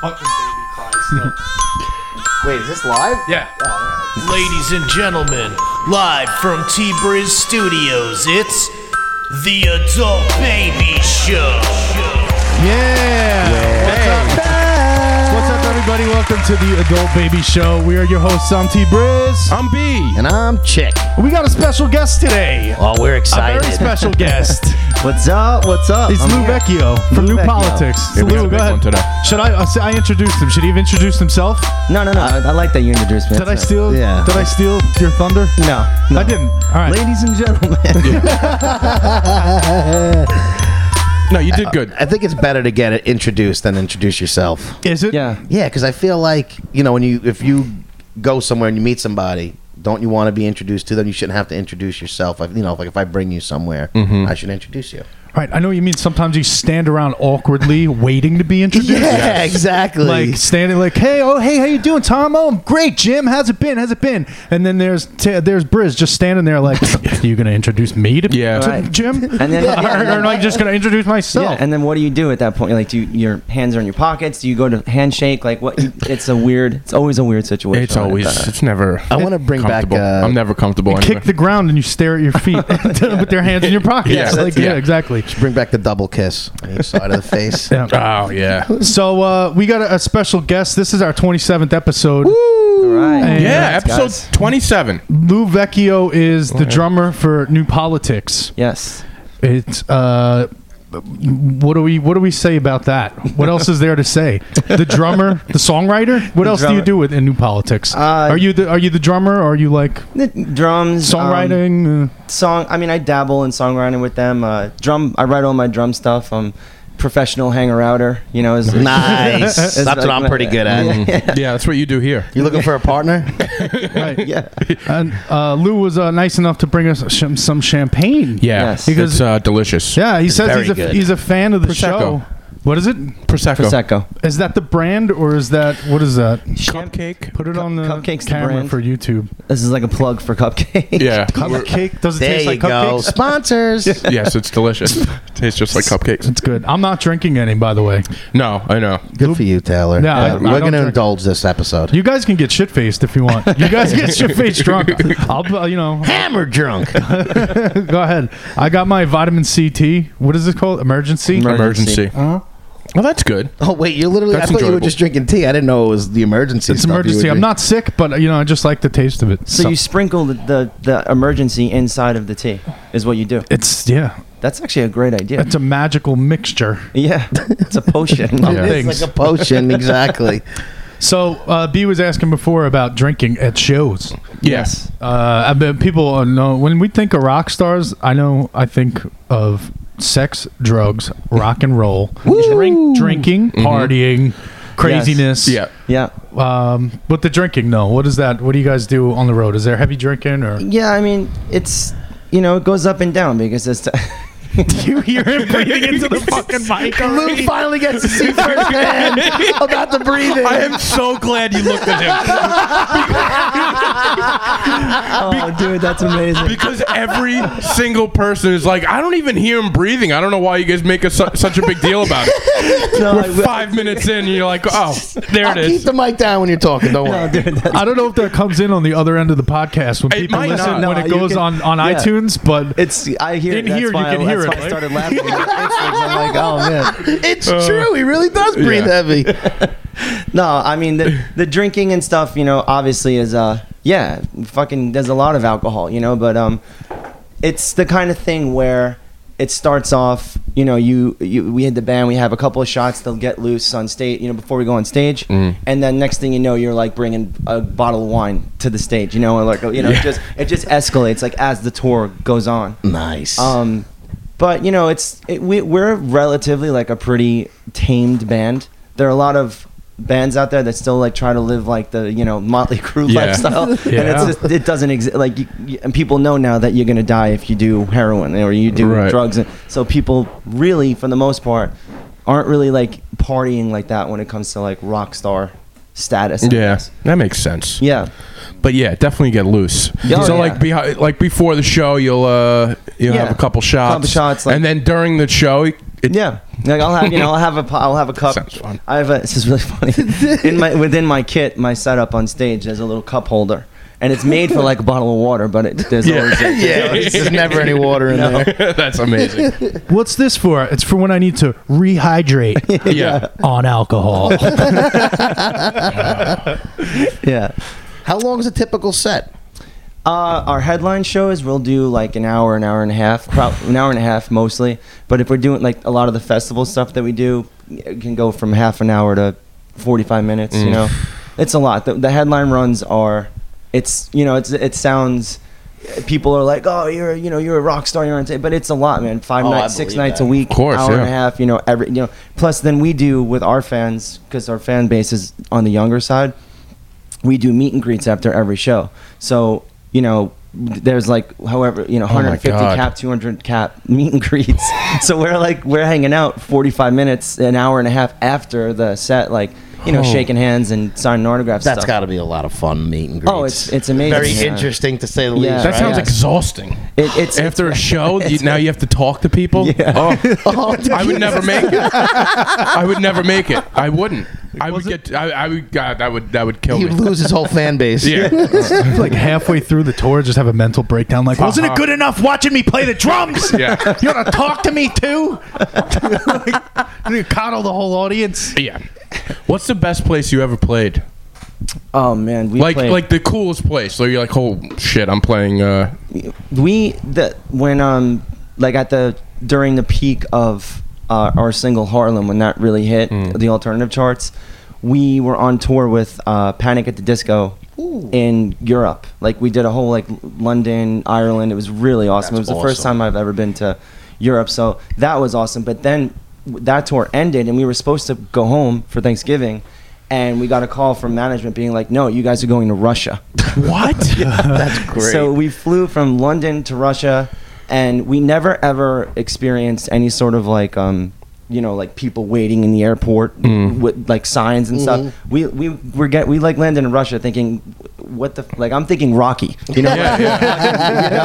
fucking baby cry still. Wait, is this live? yeah. Ladies and gentlemen, live from T Briz Studios, it's the Adult Baby Show. Yeah. What's up? What's up, everybody? Welcome to the Adult Baby Show. We are your hosts, Sam T. Briz. I'm B. And I'm Chick. We got a special guest today. Oh, we're A excited. very special guest. What's up? What's up? It's I'm Lou here. Vecchio from New Lou Vecchio. Politics. Yeah, we got Lou, a big one today. Should I? I s- I introduced him. Should he have introduced himself? No, no, no. I, I like that you introduced me. Did I That's steal? not- Yeah. Did I steal your thunder? No, no. I didn't. All right. Ladies and gentlemen, No, you did good. I think it's better to get it introduced than introduce yourself. Is it? yeah, Yeah, because I feel like you know when you if you go somewhere and you meet somebody, don't you want to be introduced to them? You shouldn't have to introduce yourself. I, you know, like if I bring you somewhere, I should introduce you. All right. I know what you mean. Sometimes you stand around awkwardly, waiting to be introduced. exactly. like standing like hey oh hey how you doing tom oh I'm great jim how's it been how's it been and then there's t- there's briz just standing there like are you gonna introduce me to, Yeah. to Right. jim And then- yeah, or, and or then- am i just gonna introduce myself yeah. And then what do you do at that point? Like, do you, your hands are in your pockets? Do you go to handshake? Like, what? You, it's a weird. It's always a weird situation. It's like always. that. It's never. I wanna bring back, comfortable. uh, I'm never comfortable. you anyway. kick the ground and you stare at your feet with your hands in your pockets Yeah, like that's- yeah, yeah. exactly Should bring back the double kiss on each side of the face. Yeah. Oh yeah. so uh, we got a, a special guest this is our 27th episode All uh, right. And- Yeah. Congrats, episode guys. 27. lou vecchio is the drummer for new politics Yes. It's uh, what do we what do we say about that? What else is there to say? The drummer, the songwriter. What else do you drummer. do with in new politics? Uh, are you the are you the drummer? Or are you like The drums. um, songwriting? song. I mean, I dabble in songwriting with them. Uh, drum. I write all my drum stuff. Um, professional hanger outer. You know. Is, nice. It's That's what like I'm my- pretty good at. Yeah, that's what you do here. You looking for a partner? uh, right. Yeah. And uh, Lou was uh, nice enough to bring us sh- some champagne. Yeah. Yes. Because- it's uh, delicious. Yeah, he says very he's a, good. he's a fan of the Prosecco. show. What is it? Prosecco. Prosecco. Is that the brand or is that what is that? Cupcake. Put it on the Cupcake's the camera brand. for YouTube. This is like a plug for cupcake. Yeah. we're- Cupcake? Does it there taste you like go. cupcakes? Sponsors. yes, it's delicious. Tastes just like cupcakes. It's good. I'm not drinking any, by the way. No, I know. Good for you, Taylor. No, I- I Uh, we're don't going to drink. indulge this episode. You guys can get shit faced if you want. You guys get shit faced drunk. I'll, uh, you know, hammer drunk. go ahead. I got my vitamin C tea. What is it called? Emergency. Emergency. Well, that's good. Oh wait, you literally. That's I thought you were enjoyable. just drinking tea. I didn't know it was the emergency. It's stuff you were emergency. I'm drinking. not sick, but uh, you know, I just like the taste of it. So, you sprinkle the, the the emergency inside of the tea is what you do. It's yeah. That's actually a great idea. It's a magical mixture. yeah, it's a potion. Yeah. It's Things. like a potion, exactly. So uh, B was asking before about drinking at shows. Yes. Uh, I bet people uh, know when we think of rock stars. I know. I think of sex, drugs, rock and roll, drink, drinking, partying, craziness. Yeah. Yeah. Um, but the drinking, no. What is that? What do you guys do on the road? Is there heavy drinking or? Yeah, I mean, it's you know, it goes up and down because it's you hear him breathing into the fucking mic. Lou finally gets to see firsthand about the breathing. I am so glad you looked at him Oh, dude, that's amazing. because every single person is like, I don't even hear him breathing. I don't know why you guys make a, su- such a big deal about it. No, I- We're five minutes in, and you're like, oh, there it Keep is. the mic down when you're talking. Don't worry. no, dude, that's I don't know if that comes in on the other end of the podcast when It people might listen not. when No, it you goes can- on on yeah. iTunes, but it's I hear In it. That's here, you why can I, hear that's it, why right? I started laughing. I'm like, oh man. It's true. He really does breathe Uh, yeah. heavy. No, I mean the the drinking and stuff. You know, obviously is uh yeah, fucking. There's a lot of alcohol. You know, but um, it's the kind of thing where it starts off. You know, you, you we hit the band. We have a couple of shots. They'll get loose on stage. You know, before we go on stage, and then next thing you know, you're like bringing a bottle of wine to the stage. You know, or like you know, it just it just escalates like as the tour goes on. Mm-hmm. Nice. Um, but you know, it's it, we, we're relatively like a pretty tamed band. There are a lot of bands out there that still like try to live like the you know Motley Crue Yeah. lifestyle, and Yeah. it's just, it doesn't exist. Like, you, you, and people know now that you're gonna die if you do heroin or you do Right. drugs, and so people really, for the most part, aren't really like partying like that when it comes to like rock star status. I Yeah, guess. that makes sense. yeah. But yeah, definitely get loose. Yeah, oh, so yeah. like, behi- like before the show, you'll uh, you'll Yeah. have a couple shots, Couple shots, like- and then during the show, It- Yeah, like I'll have you know I'll have a po- I'll have a cup. Sounds fun. I have a this is really funny. In my within my kit, my setup on stage, there's a little cup holder, and it's made for like a bottle of water, but it, there's always a, yeah, there's never any water in there. That's amazing. What's this for? It's for when I need to rehydrate Yeah. on alcohol. yeah. How long is a typical set? Uh, our headline show is we'll do like an hour, an hour and a half, prob- an hour and a half mostly. But if we're doing like a lot of the festival stuff that we do, it can go from half an hour to forty-five minutes. Mm. You know, it's a lot. The, the headline runs are, it's you know, it's it sounds. People are like, oh, you're you know you're a rock star, you're on stage, but it's a lot, man. Five Oh, I nights, six believe nights that. a week, Of course, hour and a yeah. half. You know every you know. Plus, then we do with our fans because our fan base is on the younger side we do meet and greets after every show. So, you know, there's like however, you know, Oh my 150 God. cap, 200 cap meet and greets. so we're like we're hanging out 45 minutes, an hour and a half after the set like, you know, Oh. shaking hands and signing autographs That's stuff. got to be a lot of fun meet and greets. Oh, it's it's amazing. very yeah. interesting to say the Yeah. least. That right? sounds Yes. exhausting. It, it's After a show, you, now you have to talk to people. Yeah. Oh, I would never make it. I would never make it. I wouldn't. I would get. I, I would. God, that would. That would kill He'd me. lose his whole fan base. Yeah. like halfway through the tour, just have a mental breakdown. Like, wasn't it good enough watching me play the drums? Yeah. You want to talk to me too? like, you coddle the whole audience. Yeah. What's the best place you ever played? oh man, we like played- like the coolest place. So you're like, oh shit, I'm playing. Uh, we the when um like at the during the peak of uh, our single Harlem when that really hit Hmm. the alternative charts, we were on tour with uh, Panic at the Disco in Europe. Like we did a whole like London, Ireland. It was really awesome. That's it was the first awesome. time I've ever been to Europe, so that was awesome. But then w- that tour ended, and we were supposed to go home for Thanksgiving. And we got a call from management being like, "No, you guys are going to Russia." what? That's great. So we flew from London to Russia, and we never ever experienced any sort of like, um, you know, like people waiting in the airport with like signs and stuff. We we we get we like landed in Russia thinking, what the f-" like I'm thinking Rocky, you know. Yeah, yeah.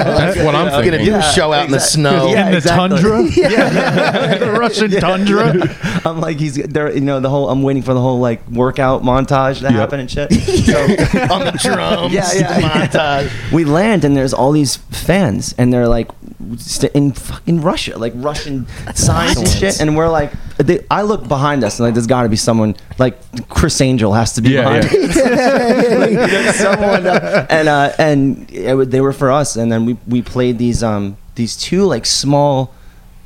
That's what I'm All you're gonna thinking. do is show out in the snow. Yeah, in the exactly. tundra, the Russian tundra. I'm like he's there, you know. The whole I'm waiting for the whole like workout montage to happen and shit. So on the drums. Yeah, yeah, montage. we land and there's all these fans and they're like st- in fucking Russia, like Russian signs and shit. And we're like, they, I look behind us and like, there's got to be someone like Chris Angel has to be Yeah, behind. yeah. us. like, there's someone, uh, and uh, and it, wa- they were for us. And then we we played these um these two like small,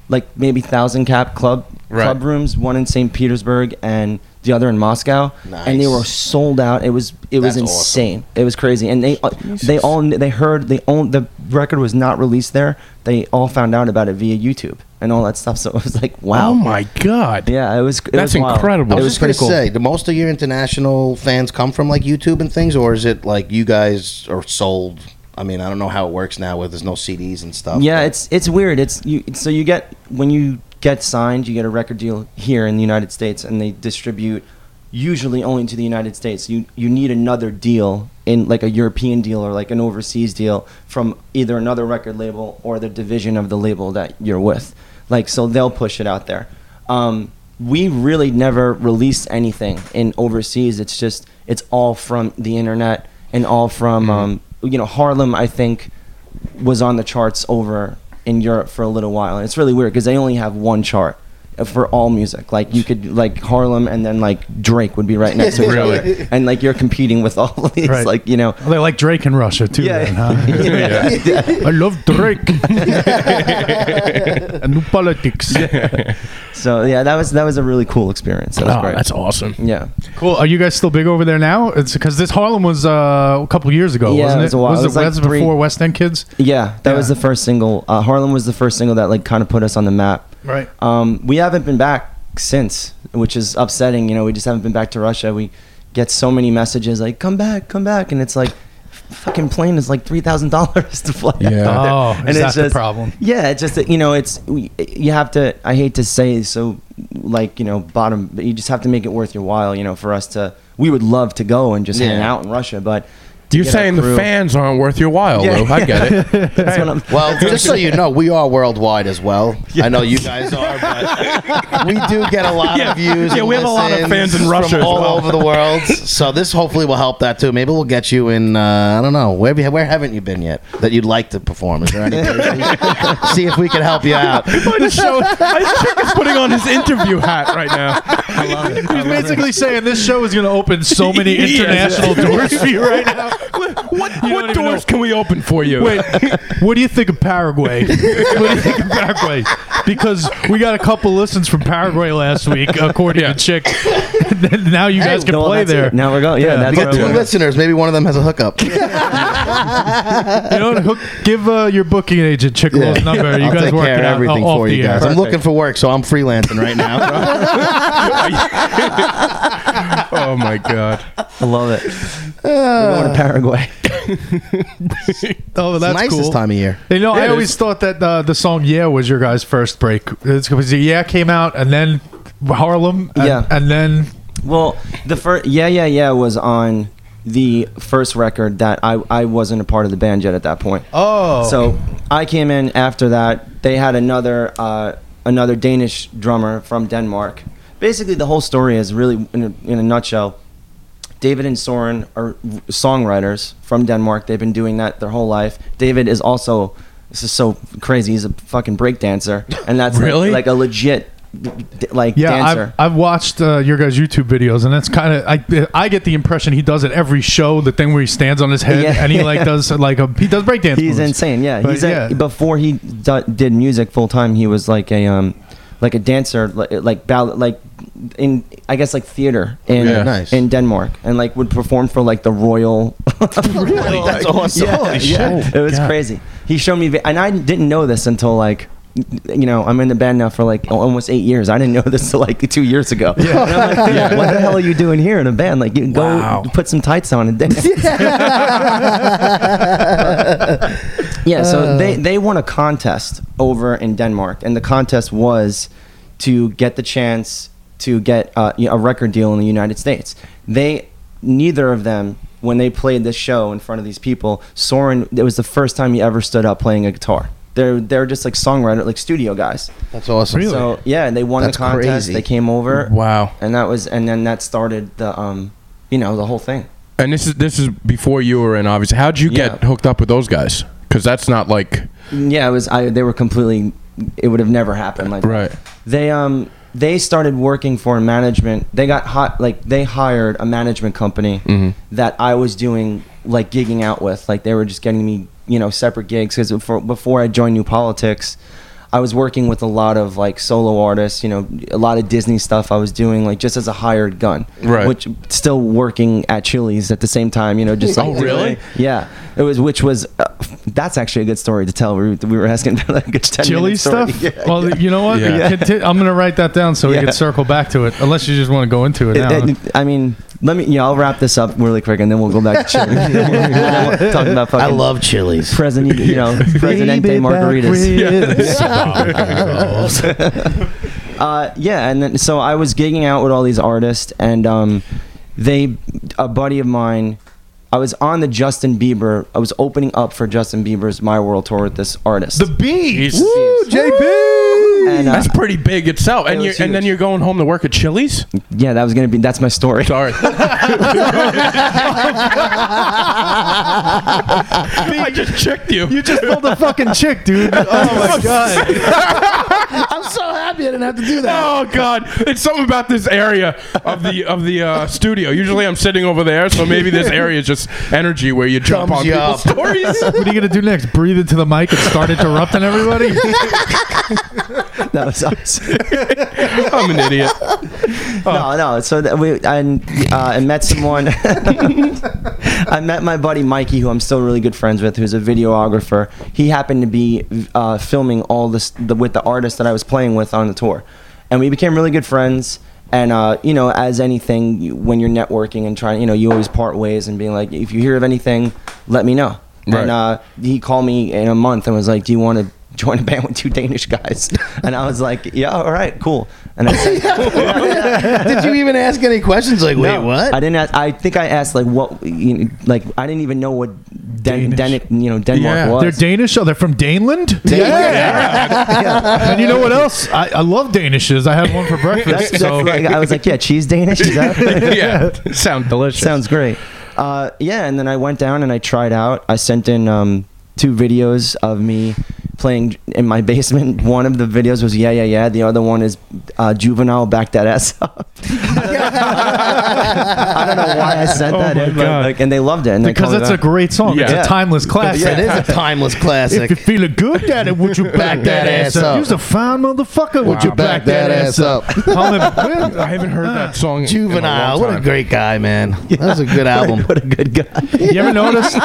like maybe thousand cap club Right. club rooms, one in St. Petersburg and the other in Moscow, and they Nice. were sold out. It was it was That's awesome. insane insane. It was crazy, and they uh, they all kn- they heard they own the record was not released there. They all found out about it via YouTube and all that stuff. So it was like, wow, Oh my god. yeah, it was. It That's was wild. incredible. I It was, was just gonna pretty cool. say, do most of your international fans come from like YouTube and things, or is it like you guys are sold? I mean, I don't know how it works now, where there's no CDs and stuff. Yeah, but- it's it's weird. It's you. So you get when you get signed, you get a record deal here in the United States, and they distribute usually only to the United States. You you need another deal in like a European deal or like an overseas deal from either another record label or the division of the label that you're with. Like so, they'll push it out there. Um, we really never released anything in overseas. It's just it's all from the internet and all from Mm-hmm. um, you know Harlem. I think was on the charts over in Europe for a little while, and it's really weird because they only have one chart for all music. Like you could like Harlem, and then like Drake would be right next to each Really? other, and like you're competing with all of these, Right. like you know. They like Drake in Russia too. Yeah. then, huh? I love Drake and new politics. So yeah, that was that was a really cool experience. That was Oh, great. that's awesome. yeah, Cool. Are you guys still big over there now? It's because this Harlem was uh, a couple years ago, Yeah, wasn't it? it was a while. It was like that's three- before West End Kids? yeah, that was Yeah. the first single. Uh, Harlem was the first single that like kind of put us on the map. Right. Um, we haven't been back since, which is upsetting. You know, we just haven't been back to Russia. We get so many messages like, "Come back, come back," and it's like, "Fucking plane is like three thousand dollars to fly." Yeah. out there. Oh, is that the problem? Yeah, it's just that, you know, it's we, you have to. I hate to say so, like you know, bottom. But you just have to make it worth your while. You know, for us to, we would love to go and just hang Yeah. out in Russia, but You're get our saying the crew. fans aren't worth your while, Yeah. Lou. I get it. That's what I'm. Well, just so you know, we are worldwide as well. I know you guys are, but we do get a lot Yeah. of views. Yeah, and we have a lot of listens fans in from Russia as all well. over the world. So this hopefully will help that too. Maybe we'll get you in. Uh, I don't know. Where, have you- where haven't you been yet that you'd like to perform? Is there any? place we should- See if we can help you out. I just showed. I just Chick is putting on his interview hat right now. I love it. Um, He's basically saying this show is going to open so many Yes. international doors for you right now. What, You what don't even doors know. can we open for you? Wait, what do you think of Paraguay? What do you think of Paraguay? Because we got a couple listens from Paraguay last week, according Yeah. to Chick. now you guys can No, play that's it. there. Now we're going. Yeah, Yeah, that's We where got two we're going. listeners. Maybe one of them has a hookup. You know, hook, give uh, your booking agent Chick Will's Yeah. number. You I'll guys take work care it of out everything off for the you guys. air. I'm looking for work, so I'm freelancing right now. oh my god. I love it. we're going to Paraguay. Oh, that's nice cool. this time of year. You know, Yeah, I it always is. thought that uh, the song "Yeah" was your guys' first break. It's because "Yeah" came out, and then Harlem, and, Yeah. and then Well, the first yeah yeah yeah was on the first record that I I wasn't a part of the band yet at that point. oh, So I came in after that. They had another uh, another Danish drummer from Denmark. Basically, the whole story is really in a, in a nutshell. David and Soren are songwriters from Denmark. They've been doing that their whole life. David is also this is so crazy. He's a fucking break dancer, and that's like- Really? like, a legit like yeah, dancer. I've, I've watched uh, your guys' YouTube videos, and that's kind of I, I get the impression he does it every show. The thing where he stands on his head Yeah. and he like does like a he does breakdance. he's moves. insane. Yeah, But he's a, yeah. before he d- did music full time, he was like a um, like a dancer, like, like ball- like in I guess like theater in Yeah. Nice. in Denmark, and like would perform for like the royal. Really? That's awesome. Yeah, Holy yeah. shit. It was God. crazy. He showed me, vi- and I didn't know this until like. You know, I'm in the band now for like al- almost eight years. I didn't know this till like two years ago. Yeah. And I'm like, what the hell are you doing here in a band? Like, you go Wow. put some tights on and dance. Yeah, so they, they won a contest over in Denmark, and the contest was to get the chance to get uh, you know, a record deal in the United States. They neither of them when they played this show in front of these people. Soren, it was the first time he ever stood up playing a guitar. They're they're just like songwriter, like studio guys. That's awesome. Really? So yeah, and they won That's the contest. crazy. They came over, Wow. and that was and then that started the um you know the whole thing. And this is this is before you were in. Obviously, how'd you get Yeah. hooked up with those guys? Because that's not like Yeah, it was. I they were completely. It would have never happened. Like that. Right. They um they started working for a management. They got hot. Like they hired a management company Mm-hmm. that I was doing like gigging out with. Like they were just getting me you know separate gigs because before before I joined New Politics. I was working with a lot of like solo artists, you know, a lot of Disney stuff I was doing, like just as a hired gun. Right. Which still working at Chili's at the same time, you know, just like Oh, really? yeah, it was. Which was uh, that's actually a good story to tell. We, were- we were asking about like a 10 Chili minute story. stuff. Yeah. well, you know what? Yeah. Conti- I'm gonna write that down so we Yeah. can circle back to it. Unless you just want to go into it now. It- it- I mean, let me. Yeah, I'll wrap this up really quick, and then we'll go back to chili. And then we'll talk about fucking I love chilies. president. You know, presidente Baby back margaritas. ribs. uh, yeah, and then so I was gigging out with all these artists, and um, they, a buddy of mine, I was on the Justin Bieber. I was opening up for Justin Bieber's My World tour with this artist. the B. Jesus. Woo, JB. and, uh, that's pretty big itself. It And was you and then huge. you're going home to work at Chili's. yeah, that was gonna be. That's my story. Sorry. I just checked you. You just pulled a fucking chick, dude. Oh my god. I'm so happy I didn't have to do that. Oh God! It's something about this area of the of the uh, studio. Usually, I'm sitting over there, so maybe this area is just energy where you jump Comes on you people's up. stories. What are you gonna do next? Breathe into the mic and start interrupting everybody? That was us. I'm an idiot. No, no. So that we and uh, I met someone. I met my buddy Mikey, who I'm still really good friends with, who's a videographer. He happened to be uh, filming all this the, with the artist that I was playing with on the tour, and we became really good friends. And uh, you know, as anything, you, when you're networking and trying, you know, you always part ways and being like, if you hear of anything, let me know. Right. And uh, he called me in a month and was like, "Do you want to join a band with two Danish guys. And I was like, yeah, all right, cool. And I said, Did you even ask any questions? Like, wait, No, what? I didn't ask. I think I asked like what, you know, like I didn't even know what Den- Danish. Den- you know Denmark Yeah. was. They're Danish. Oh, they're from Daneland. And you know what else? I, I love Danishes. I had one for That's- breakfast. that's so like- I was like, yeah, cheese Danish. Is that? yeah, sound delicious. Sounds great. Uh, yeah, and then I went down and I tried out. I sent in um, two videos of me playing in my basement. One of the videos was yeah, yeah, yeah. The other one is uh, juvenile back that ass up. I don't know why I sent Oh that my in, but, God. like, and they loved it. And they because called it that's a out. great song. It's Yeah. a timeless classic. Yeah, it is a timeless If classic. you're feeling good, Daddy, would you back that ass up? You're a fine motherfucker. Would you back that ass up? Hum it. I haven't heard that song. in a Juvenile, long what a time. great guy, man. That was a good album. What a good guy. You ever notice?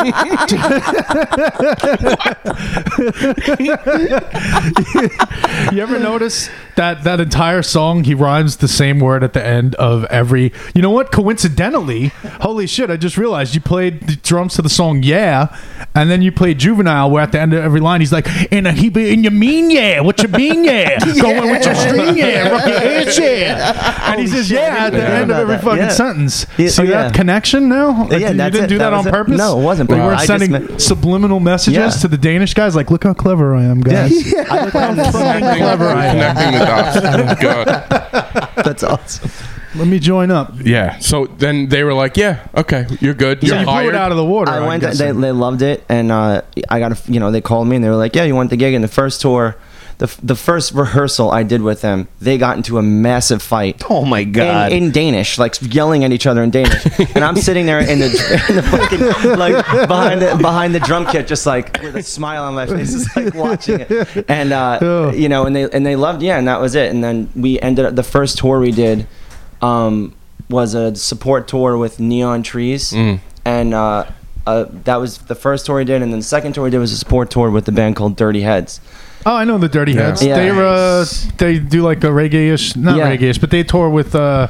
you ever notice that that entire song he rhymes the same word at the end of every. You know what? Coincidentally, holy shit! I just realized you played the drums to the song "Yeah," and then you played "Juvenile," where at the end of every line he's like, "And a he and you mean yeah? What you mean yeah? Going with your string yeah? Rub your ass yeah?" And he says yeah at the didn't end of know every that. fucking Yeah. sentence. Yeah, See oh, yeah. that connection now? Like, Yeah, you that's didn't it. do that, That on was it. purpose. No, it wasn't We planned. were I just sending meant- subliminal messages Yeah. to the Danish guys, like, "Look how clever I am, guys." I look how Connecting, fucking clever I am. connecting the dots. Oh, God. That's awesome. Let me join up. Yeah. So then they were like, "Yeah, okay, you're good. You're so you blew hired." it out of the water. I I'm went. They, guessing. they loved it, and uh, I got. A, you know, they called me and they were like, "Yeah, you want the gig?" And the first tour, the f- the first rehearsal I did with them, they got into a massive fight. Oh my God. In, in Danish, like yelling at each other in Danish, and I'm sitting there in the, in the fucking like behind the behind the drum kit, just like with a smile on my face, just like watching it, and Oh. uh, Ugh. you know, and they and they loved, yeah, and that was it. And then we ended up the first tour we did um, was a support tour with Neon Trees, Mm. and uh, uh, that was the first tour we did, and then the second tour we did was a support tour with the band called Dirty Heads. oh, I know the Dirty Heads. Yeah. They were, uh, they do like a reggae-ish, not Yeah. reggae-ish, but they tour with uh,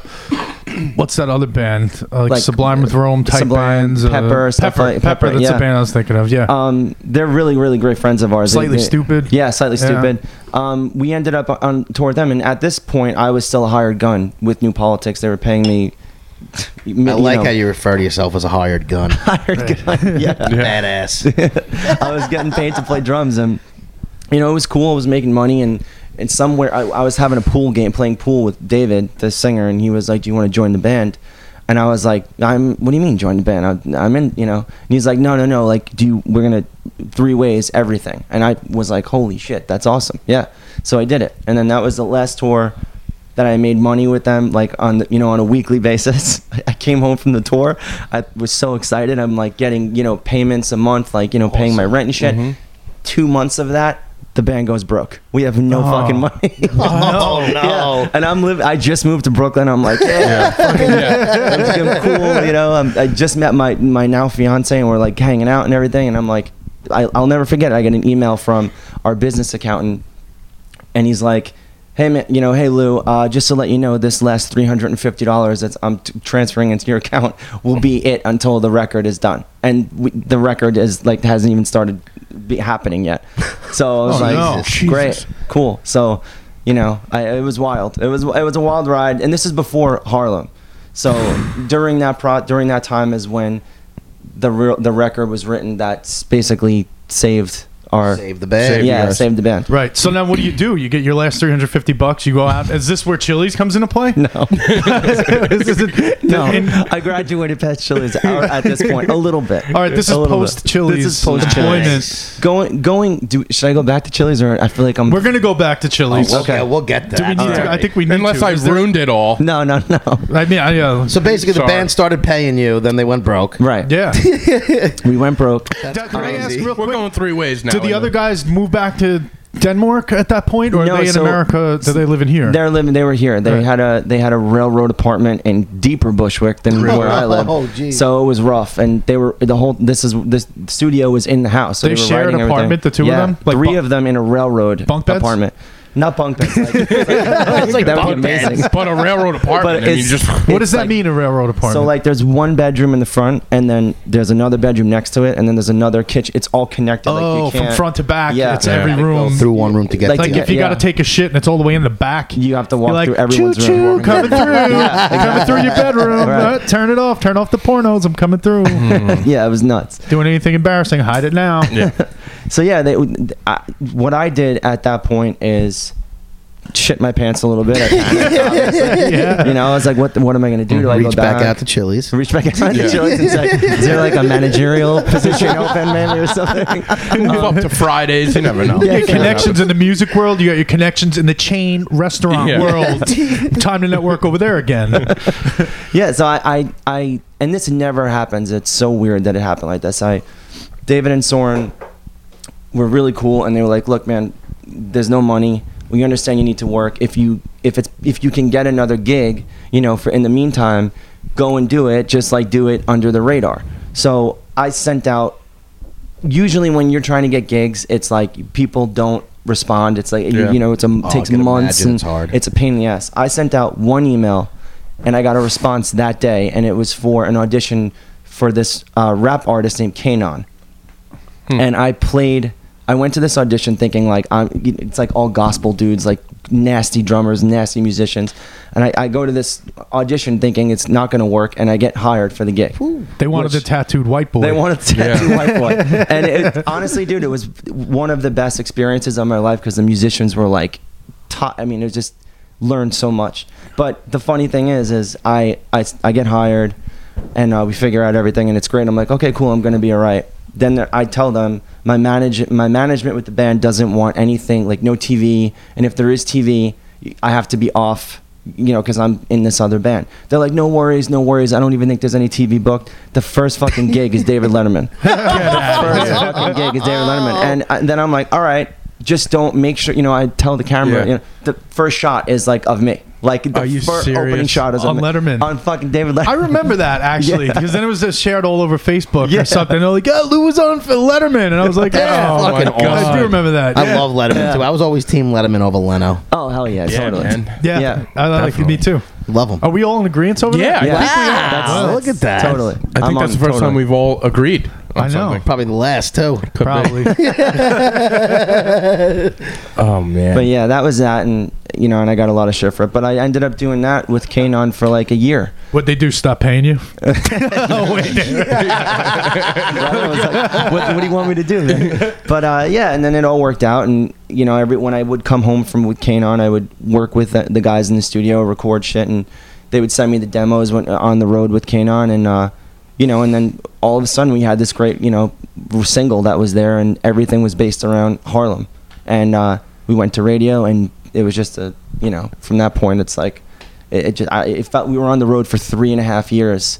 what's that other band? Uh, like, Like, Sublime with Rome type Sublime, bands. uh, Pepper, stuff like- Pepper. Pepper, That's yeah. a band I was thinking of. Yeah. Um, they're really, really great friends of ours. They- Slightly they- Stupid. Yeah, slightly Yeah. stupid. Um, we ended up on tour with them, and at this point, I was still a hired gun with New Politics. They were paying me. I like how you refer to yourself as a hired gun. hired gun. Yeah, Badass. I was getting paid to play drums, and you know it was cool. I was making money, and and somewhere I, I was having a pool game, playing pool with David, the singer, and he was like, "Do you want to join the band?" And I was like, "I'm. What do you mean join the band? I'm, I'm in. You know." And he's like, "No, no, no. Like, do you, we're gonna three ways everything." And I was like, "Holy shit, that's awesome! Yeah." So I did it, and then that was the last tour that I made money with them, like on the, you know on a weekly basis. I came home from the tour. I was so excited. I'm like getting you know payments a month, like you know paying my rent and shit. Two months of that, the band goes broke. We have no Oh. fucking money. oh, Yeah. And I'm living. I just moved to Brooklyn. I'm like, yeah, fucking, I'm fucking cool. You know, I'm, I just met my my now fiance, and we're like hanging out and everything. And I'm like, I, I'll never forget. It. I get an email from our business accountant, and he's like. Hey man, you know, hey Lou. Uh, just to let you know, this last three hundred and fifty dollars that I'm t- transferring into your account will be it until the record is done, and we, the record is like hasn't even started be happening yet. So I was Oh, like, no. Jesus. great, cool. So, you know, I, it was wild. It was it was a wild ride, and this is before Harlem. So during that pro during that time is when the real the record was written that's basically saved our Save the band. yeah saved the band. Right. So now, what do you do? You get your last 350 bucks. You go out. Is this where Chili's comes into play? No, This isn't- no. in- I graduated past Chili's out at this point a little bit. all right. This A is little bit. post Chili's. This is post employment. Chili's. Going going. Do, should I go back to Chili's or I feel like I'm We're gonna go back to Chili's. We'll, Oh, Okay. okay. we'll get that. Do we need All to, I right. think we need Unless to. I Is there- ruined it all. no no no I mean, I, uh, so basically, the Sorry. band started paying you, then they went broke. right. yeah. We went broke. Doug, Can I ask crazy. real We're quick? going three ways now. Did the and other then- guys move back to Denmark at that point, or No, are they in so- America? Do they live in here? They're living. They were here. They Right. had a they had a railroad apartment in deeper Bushwick than where I live. Oh, geez. So it was rough, and they were the whole. This is this studio was in the house. So They were shared writing an everything. apartment, the two of Yeah, them? Like three bunk- of them in a railroad Bunk beds? apartment. Not bunk beds. Like, it's like That would bunk be beds. amazing. But a railroad apartment. I mean, it's- just What does It's that like- mean? A railroad apartment? So like, there's one bedroom in the front, and then there's another bedroom next to it, and then there's another kitchen. It's all connected. like, oh, you from can't- front to back. Yeah. it's Yeah. every Gotta room. Through one room to get Like to if you Yeah. got to take a shit and it's all the way in the back, You have to walk You're like, through everyone's choo-choo, room. Coming through, coming through your bedroom. Right. Uh, turn it off. Turn off the pornos. I'm coming through. Yeah, it was nuts. Doing anything embarrassing? Hide it now. So yeah, they, I, what I did at that point is shit my pants a little bit. yeah. you know, I was like, what? What am I gonna do? Do I go reach back back out to Chili's. reach back out to Yeah. Jones and say, "Is there like a managerial position open, maybe, or something?" move up to Fridays. You never know. Your connections in the music world. You got your connections in the chain restaurant Yeah. world. Time to network over there again. Yeah, so I, I, I, and this never happens. It's so weird that it happened like this. I, David and Soren were really cool, and they were like, "Look, man, there's no money. We understand you need to work. If you, if it's, if you can get another gig, you know, for in the meantime, go and do it. Just like do it under the radar." So I sent out. Usually, when you're trying to get gigs, it's like people don't respond. It's like you, Yeah. you know, it's a Oh, I takes can months imagine and it's hard. it's a pain in the ass. I sent out one email and I got a response that day, and it was for an audition for this uh, rap artist named Kanon. And I played. I went to this audition thinking like I'm. It's like all gospel dudes, like nasty drummers, nasty musicians, and I, I go to this audition thinking it's not going to work, and I get hired for the gig. They wanted Which- the tattooed white boy. They wanted to Yeah. tattoo white boy. And it, honestly, dude, it was one of the best experiences of my life because the musicians were like, taught. I mean, it was just learned so much. But the funny thing is, is I I, I get hired, and uh, we figure out everything, and it's great. I'm like, okay, cool, I'm gonna be all right. Then there- I tell them my manage my management with the band doesn't want anything like no TV, and if there is TV, I have to be off you know, because I'm in this other band. They're like, no worries, no worries. I don't even think there's any TV booked. The first fucking gig is David Letterman. the first fucking gig is David Letterman. And, I, then I'm like, all right, just don't make sure, you know, I tell the camera, Yeah. you know, the first shot is like of me. Like the Are you first opening serious? shot is of On me. Letterman. On fucking David I Letterman. remember that actually, because then it was just shared all over Facebook Yeah. or something. They're like, "Oh, Lou was on for Letterman," and I was like, Yeah, "Oh, fucking my God. I awesome. do remember that." I Yeah. love Letterman too. I was always team Letterman over Leno. oh, hell yeah, Yeah, totally. man. Yeah, Yeah, I like me too. Love him. Are we all in agreement over Yeah, that? I Yeah. think- That's- Wow, that's- look at that. Totally. I think that's the first time we've all agreed. On I know. Something. Probably the last too. Could be. probably. Oh man. But yeah, that was that, and you know, and I got a lot of shit for it. But I ended up doing that with Kanon for like a year. what they do? Stop paying you? oh wait, I was like, what, what do you want me to do? man?" But uh, yeah, and then it all worked out. And you know, every when I would come home from with Kane on, I would work with the, the guys in the studio, record shit, and they would send me the demos when, uh, on the road with Kane on, and uh, you know, and then all of a sudden we had this great you know single that was there, and everything was based around Harlem, and uh, we went to radio, and it was just a you know from that point it's like. It, it just I, it felt we were on the road for three and a half years,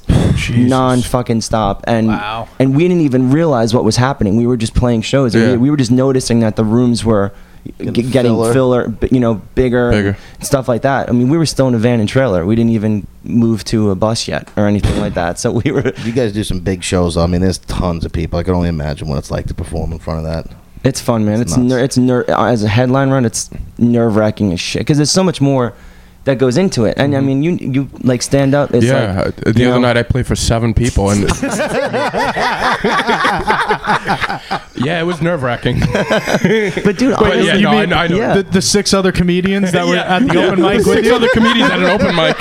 non fucking stop, and Wow. and we didn't even realize what was happening. We were just playing shows. and Yeah. We, we were just noticing that the rooms were g- Getting getting filler. filler, b you know, bigger, Bigger. And stuff like that. I mean, we were still in a van and trailer. We didn't even move to a bus yet or anything like that. So we were. You guys do some big shows. I mean, there's tons of people. I can only imagine what it's like to perform in front of that. It's fun, man. It's It's ner- nuts. it's ner- uh, as a headline run, it's nerve wracking as shit because there's so much more that goes into it. And I mean, you you like stand up. It's Mm-hmm. yeah, uh, like, the you other know- night I played for seven people, and yeah, it was nerve wracking. But dude, But yeah, honestly, no, I know, I know. Yeah. the, the six other comedians that were at the open mic with Six you. other comedians at an open mic.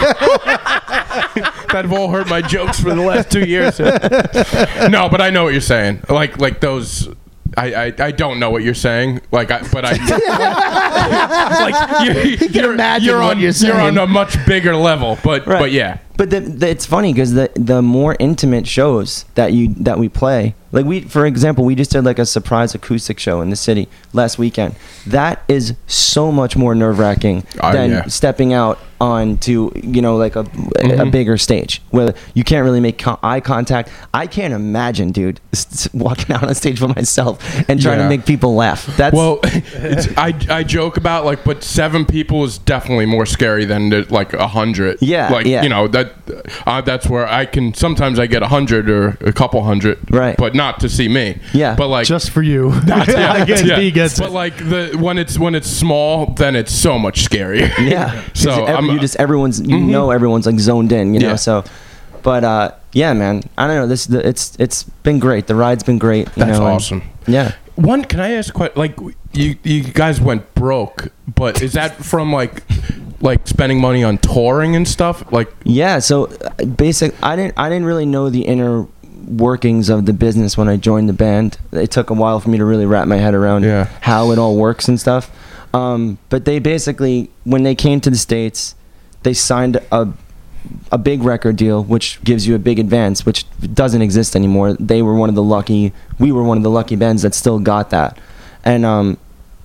That've all heard my jokes for the last two years. no, but I know what you're saying. Like, like those. I, I, I don't know what you're saying. Like, I, but I. like you, are imagine you're what on you're you're on saying. a much bigger level. But Right. but yeah. But the, the, it's funny because the the more intimate shows that you that we play, like we for example, we just did like a surprise acoustic show in the city last weekend. That is so much more nerve wracking Oh, than yeah. stepping out onto you know like a Mm-hmm. a bigger stage where you can't really make con- eye contact. I can't imagine, dude, s- s- walking out on stage by myself and trying Yeah. to make people laugh. That's Well, it's, I, I joke about like, but seven people is definitely more scary than uh, like a hundred. Yeah, like yeah. you know that uh, that's where I can sometimes I get a hundred or a couple hundred, Right. But not to see me. Yeah. but like just for you. yeah, I guess yeah. he gets but it. like the when it's when it's small, then it's so much scarier. yeah. 'Cause so I'm, ev- uh, Mm-hmm. you just everyone's you know everyone's like zoned in, you know. Yeah. So, but uh, yeah, man, I don't know. This the, it's it's been great. The ride's been great. You That's know, and- awesome. yeah. One, can I ask? Quite like you, you guys went broke, but is that from like, like spending money on touring and stuff? Like, Yeah, so uh, basic I didn't I didn't really know the inner workings of the business when I joined the band. It took a while for me to really wrap my head around Yeah. how it all works and stuff. Um, but they basically when they came to the states, they signed a a big record deal which gives you a big advance which doesn't exist anymore. They were one of the lucky we were one of the lucky bands that still got that. And um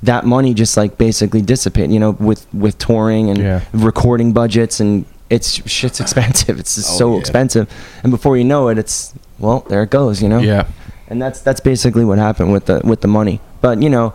that money just like basically dissipate, you know, with with touring and Yeah. recording budgets and it's shit's expensive. It's just so yeah. expensive. And before you know it, it's well, there it goes, you know. yeah, And that's that's basically what happened with the with the money. But, you know,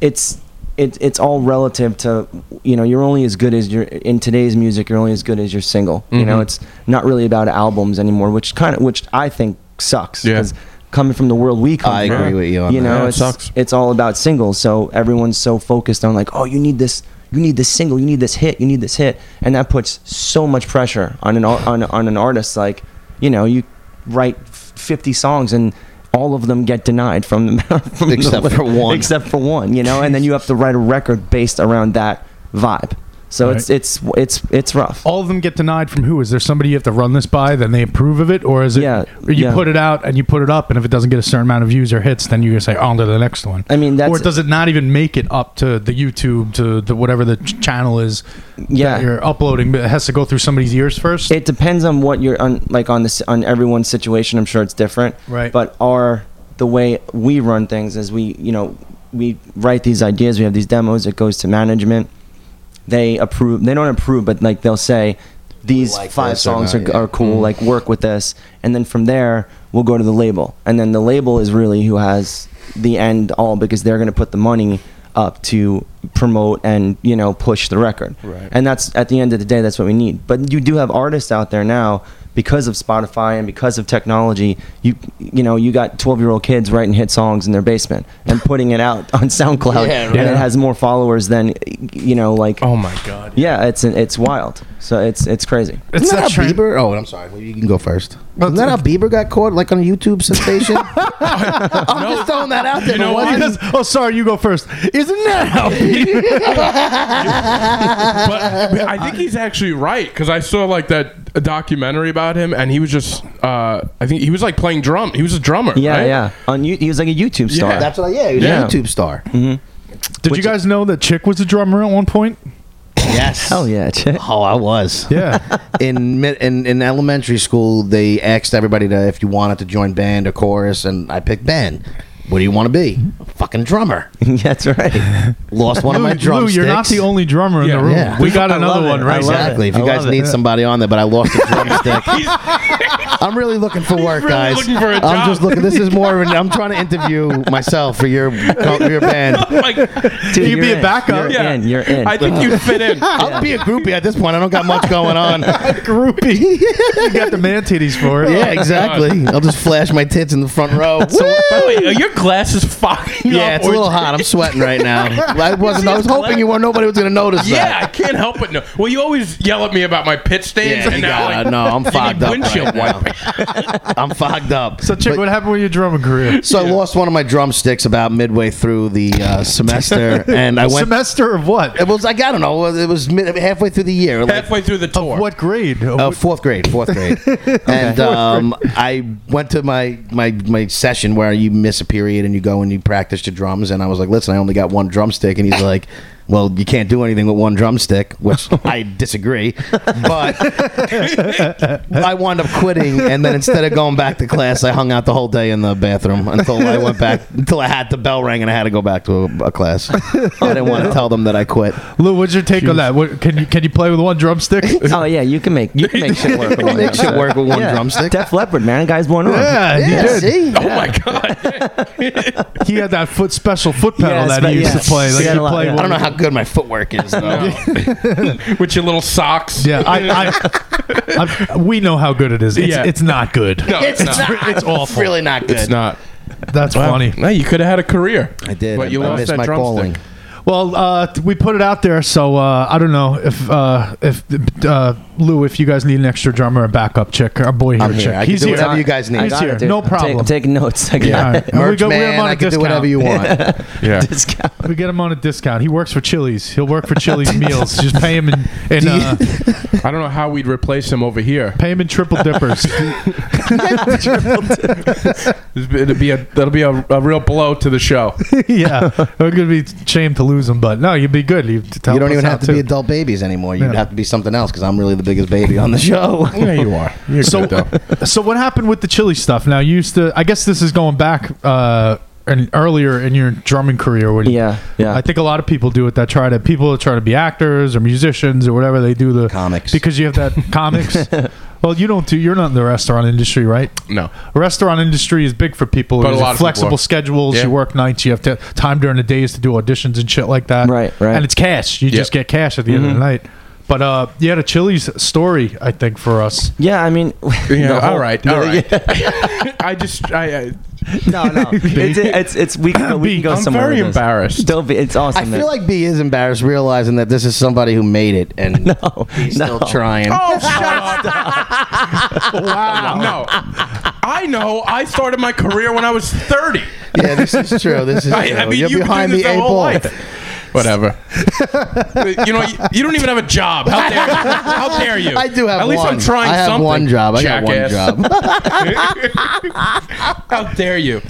it's it, it's all relative to you know you're only as good as your in today's music you're only as good as your single you know Mhm. it's not really about albums anymore which kind of which i think sucks Yeah. coming from the world we come I from, agree with you on you that. know Yeah, it it's sucks. it's all about singles so everyone's so focused on like oh you need this you need this single you need this hit you need this hit and that puts so much pressure on an ar- on, on an artist like you know you write f- 50 songs and all of them get denied from the from the Except list. for one. except for one you know and then you have to write a record based around that vibe so Right. it's Oh, it's it's it's rough all of them get denied from who? Is there somebody you have to run this by, then they approve of it, or is it Yeah, or you yeah. put it out and you put it up, and if it doesn't get a certain amount of views or hits, then you're gonna say on to the next one. I mean, that's- or does it not even make it up to the YouTube to the whatever the ch- channel is? Yeah. that you're uploading, but it has to go through somebody's ears first. it depends on what you're on like on this on everyone's situation i'm sure it's different Right. but our the way we run things is we you know we write these ideas we have these demos it goes to management they approve they don't approve but like they'll say these like five this or songs not, are, yeah. are cool like work with this and then from there we'll go to the label and then the label is really who has the end all because they're going to put the money up to promote and you know push the record Right. and that's at the end of the day that's what we need but you do have artists out there now because of spotify and because of technology you you know you got 12 year old kids writing hit songs in their basement and putting it out on soundcloud Yeah, and right. it has more followers than you know like oh my god, yeah it's it's wild so it's it's crazy it's Isn't that, how tran- Bieber? Oh, I'm sorry. Well, You can go first. Isn't that how Bieber got caught, like on a YouTube sensation? I'm just throwing that out there. You know It what? wasn't- Because- oh, sorry, you go first. Isn't that how? but I think he's actually right because I saw like that documentary about him, and he was just, uh, I think he was like playing drum. He was a drummer. yeah right? yeah on you he was like a youtube star Yeah. That's what I, yeah, he was Yeah. a YouTube star. Did you guys know that Chick was a drummer at one point? Yes. hell yeah chick. Oh, I was. Yeah. in, mid, in in elementary school, they asked everybody to if you wanted to join band or chorus, and I picked band. What do you want to be? A fucking drummer. that's right Lost one of my Lou, Lou, drumsticks. you're not the only drummer in Yeah. the room. Yeah. We got I another love it. one right I love now. it. Exactly. If you I guys love it. need somebody on there, but I lost the drumstick. I'm really looking for work, really guys. looking for a job. I'm just looking. This is more of an. I'm trying to interview myself for your for your band. Like, Dude, You'd be you're a in. backup. you're Yeah. in you're in I think you fit in. I'll be a groupie at this point. I don't got much going on. groupie. Oh, you got the man titties for it. Yeah, exactly. I'll just flash my tits in the front row. Wait, are your glasses fogging yeah, up it's a or- little hot. I'm sweating right now. I wasn't. I was hoping you weren't. Nobody was going to notice Yeah, I that. can't help but no. Well, you always yell at me about my pit stains, and now God, like, no, I'm fogged need up. windshield right now. I'm fogged up. So, Chick, But- what happened with your drumming career? So I lost one of my drumsticks about midway through the uh, semester, and I went. Semester of what? It was like I don't know. It was mid, halfway through the year, like halfway through the tour. What grade? uh, fourth grade, fourth grade. And um, I went to my, my my session where you miss a period and you go and you practice your drums. And I was like, listen, I only got one drumstick. And he's like, well, you can't do anything with one drumstick, which I disagree. But I wound up quitting, and then instead of going back to class, I hung out the whole day in the bathroom until I went back until I had the bell rang and I had to go back to a, a class. I didn't want to tell them that I quit. Lou, what's your take on that? What, can you can you play with one drumstick? Oh yeah, you can make you can make shit work. With one Make shit drumstick. work with one Yeah, drumstick. Def Leppard, man, guy's one arm. yeah, he did. see, Oh my god! He had that foot special foot pedal Yeah, that spe- he used yeah. to play. Like Yeah, he a lot, played yeah. I one- don't know how good my footwork is though. With your little socks. Yeah, I, I, I, we know how good it is. It's, Yeah. it's not good. No, it's, not. It's awful. really not good. It's not. That's funny. No, you could have had a career. I did. But you I lost missed that my drumstick. calling. Well, uh, th- we put it out there, so uh, I don't know if uh, if uh, Lou, if you guys need an extra drummer, a backup chick, our boy here, I'm here. chick. I can do whatever you guys I need. He's got here. it, dude. No I'm problem. Take, I'm taking notes. I got All right. it. And we Merch go- we have man, on a I can do discount. whatever you want. Yeah. Discount. We get him on a discount. He works for Chili's. He'll work for Chili's meals. Just pay him in, in uh, I don't know how we'd replace him over here. pay him in triple dippers. It'd be a that'll be a, a real blow to the show. yeah, we're gonna be shamed to lose him, but no, you'd be good. You'd You don't even have to be a. adult babies anymore. You'd Yeah. have to be something else because I'm really the biggest baby on the show. yeah, you are. You're So- good though. so what happened with the chili stuff? Now you used to. I guess this is going back uh, and earlier in your drumming career. When Yeah, yeah. I think a lot of people do it. That try to people that try to be actors or musicians or whatever they do the Comics. because you have that comics. Well, you don't do. You're not in the restaurant industry, right? No. Restaurant industry is big for people. But a There's lot of people flexible are. schedules. Yeah. You work nights. You have to, time during the days to do auditions and shit like that. Right, right. And it's cash. You Yeah. just get cash at the Mm-hmm. end of the night. But uh, you had a Chili's story, I think, for us. Yeah, I mean, Yeah, the whole- all right, all right. I just, I, I No, no, it's it's, it's we can, we can go I'm somewhere. very with this. embarrassed. Don't be. It's awesome. I man. feel like B is embarrassed realizing that this is somebody who made it and he's still no. trying. Oh, shut up. wow. No. I know. I started my career when I was 30. Yeah, this is true. This is true. I, I mean, You're you behind can the do this eight the whole ball. life. Whatever. you know, you, you don't even have a job. How dare you? How dare you? I do have At least one. I'm trying I have something. one job. I got one jackass. job. How dare you?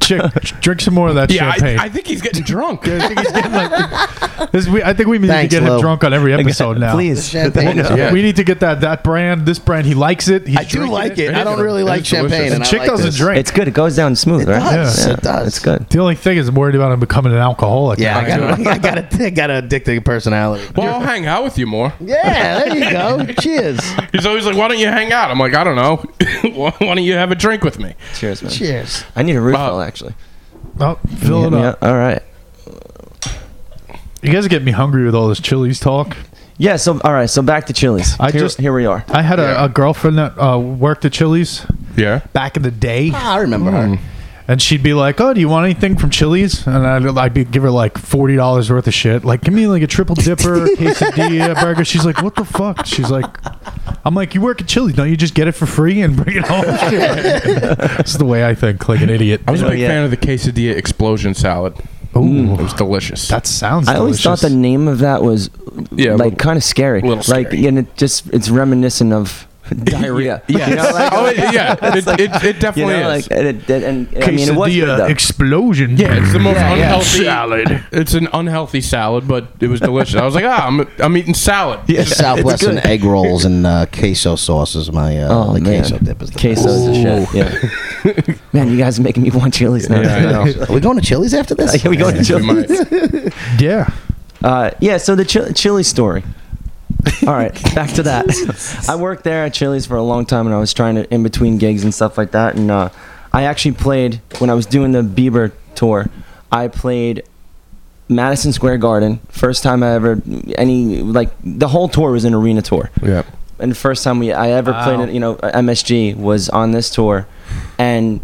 Chick, drink some more of that Yeah, champagne. I, I think he's getting drunk. I think he's getting like- this- we, I think we need Thanks, to get him Lil. drunk on every episode now. Please. Champagne. is- Yeah. We need to get that that brand. This brand, he likes it. He's I do drinking like it. It I is don't good. really It like is delicious. champagne. The And I Chick like doesn't this. drink. It's good. It goes down smooth, right? does, Yeah, it does. It's good. The only thing is, I'm worried about him becoming an alcoholic. Yeah, I do got, I got a, I got an addictive personality. Well, I'll hang out with you more. Yeah, there you go. Cheers. He's always like, why don't you hang out? I'm like, I don't know. why don't you have a drink with me? Cheers, man. Cheers. I need a refill, Wow. actually. Oh, fill it Yeah, up. yeah, all right. You guys are getting me hungry with all this Chili's talk. Yeah. So all right. So back to Chili's. I here, just- here we are. I had a, Yeah. a girlfriend that uh, worked at Chili's Yeah. back in the day, Ah, I remember her. and she'd be like, "Oh, do you want anything from Chili's?" And I'd, I'd be, give her like forty dollars worth of shit. Like, give me like a triple dipper, quesadilla, burger. She's like, "What the fuck?" She's like, "I'm like, you work at Chili's, don't you just get it for free and bring it home?" That's the way I think, like an idiot. I was a big yeah. fan of the quesadilla explosion salad. Ooh. It was delicious. That sounds. Mm. I always thought the delicious. name of that was Yeah, a like little- kind of scary. little Like, scary. and it just it's reminiscent of diarrhea. Yeah. You know, like, oh, it- yeah. It, it, it you definitely know, is. like and, it, and, and I mean, it was good, Quesadilla though. explosion. yeah, it's the most unhealthy Salad. It's an unhealthy salad, but it was delicious. I was like, ah, I'm, I'm eating salad. Yeah. Southwestern egg rolls and uh, queso sauce is my uh, Oh, the man. queso dip is the Queso is the shit. Yeah. man, you guys are making me want Chili's now. Yeah, I know. best. Are we going to Chili's after this? Here we go to We might- Chili's. Yeah. Uh, yeah, so the chi- Chili story. All right, back to that. I worked there at Chili's for a long time, and I was trying to in between gigs and stuff like that. And uh, I actually played when I was doing the Bieber tour. I played Madison Square Garden. First time I ever any like the whole tour was an arena tour yeah. and the first time we I ever played it, you know, MSG was on this tour, and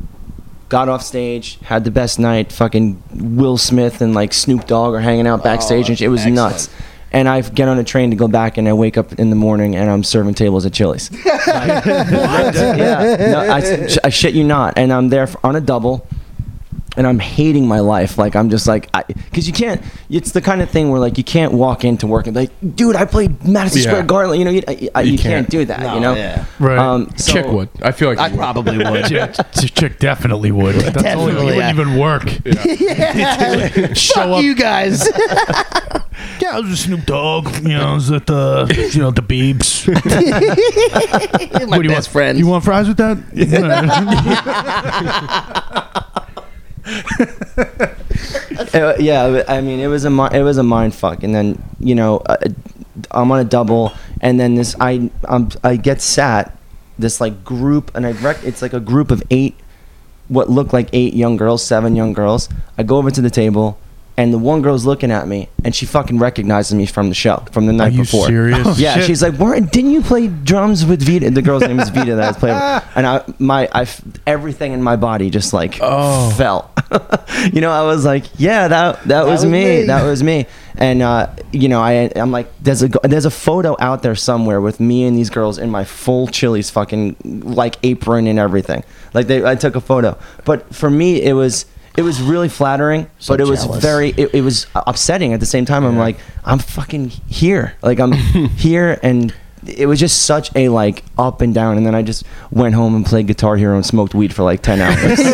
got off stage, had the best night. Fucking Will Smith and like Snoop Dogg are hanging out backstage, and shit. it was excellent. nuts. And I get on a train to go back, and I wake up in the morning, and I'm serving tables at Chili's. yeah, no, I, I shit you not, and I'm there for, on a double. and I'm hating my life. Like I'm just like, because you can't. It's the kind of thing where like you can't walk into work and be like, dude, I played Madison Yeah. Square Garden. You know, you, I, I, You you, can't. can't. do that. you No, know, Um, yeah. Right. so- Chick would. I feel like I you would. probably would. Yeah, this chick definitely would. That's Definitely, only, it yeah. wouldn't even work. Fuck Show up. you guys. Yeah, I was with Snoop Dogg. You know, I was at the you know the Beebs. what My do you want? best friends. You want fries with that? Uh, yeah, I mean, it was a mi- it was a mind fuck, and then you know, uh, I'm on a double, and then this I um, I get sat this like group, and I rec- it's like a group of eight, what look like eight young girls, seven young girls. I go over to the table, and the one girl's looking at me, and she fucking recognizes me from the show from the night before. serious? Yeah, she's like, "Weren't didn't you play drums with Vita?" The girl's name is Vita that I was playing with, and I my I f- everything in my body just like Oh. fell. you know, I was like, "Yeah, that that, was, was me. me. That was me." And uh, you know, I I'm like, "There's a go- there's a photo out there somewhere with me and these girls in my full Chili's fucking like apron and everything. Like they, I took a photo, but for me, it was. It was really flattering, but it was jealous. very it, it was upsetting at the same time. I'm like, I'm fucking here. Like I'm here and it was just such a like up and down and then I just went home and played Guitar Hero and smoked weed for like ten hours. Oh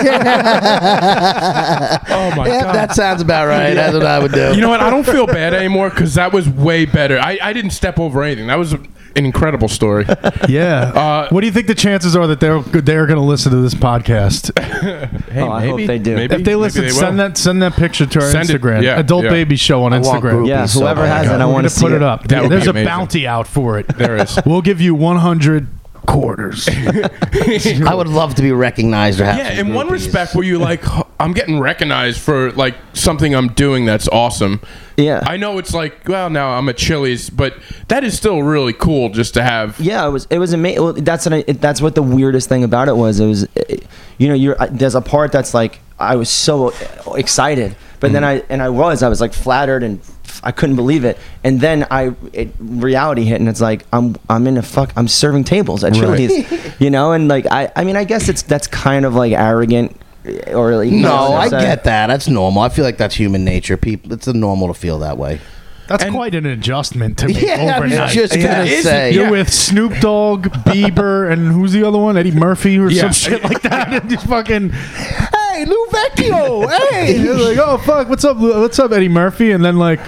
my Yeah, god. that sounds about right. That's what I would do. you know what? I don't feel bad anymore because that was way better. I, I didn't step over anything. That was an incredible story. Yeah. Uh, what do you think the chances are that they're they're going to listen to this podcast? hey, Oh, I hope they do. if they listen, maybe they send will. that send that picture to our Send it. Instagram. Yeah, Adult yeah. Baby Show on I want Instagram. group. yeah, so whoever bad. has it, I We're want gonna to see put it, up. That would There's be a amazing. bounty out for it. There is. We'll give you 100 quarters. I would love to be recognized or have. Yeah, some in one groupies. respect, were you like, "Huh, I'm getting recognized for like something I'm doing that's awesome. Yeah. I know it's like, well, now I'm at Chili's, but that is still really cool just to have. Yeah, it was it was amazing. Well, that's what I, it, that's what the weirdest thing about it was. It was, it, you know, you're I- there's a part that's like I was so excited, but then I Mm-hmm. and I was I was like flattered and f- I couldn't believe it. And then I it, reality hit, and it's like I'm I'm in a fuck I'm serving tables at Right. Chili's, you know, and like I I mean I guess it's that's kind of like arrogant. Or like, you know No, what I'm I saying? get that. That's normal. I feel like that's human nature. People, it's normal to feel that way. That's quite an adjustment to make Yeah, I was overnight. just gonna It is- say. You're Yeah. with Snoop Dogg, Bieber, and who's the other one? Eddie Murphy or Yeah. some shit like that. And just fucking, Hey, Lou Vecchio. hey, you're like, oh fuck, what's up, Lou- what's up, Eddie Murphy? And then like.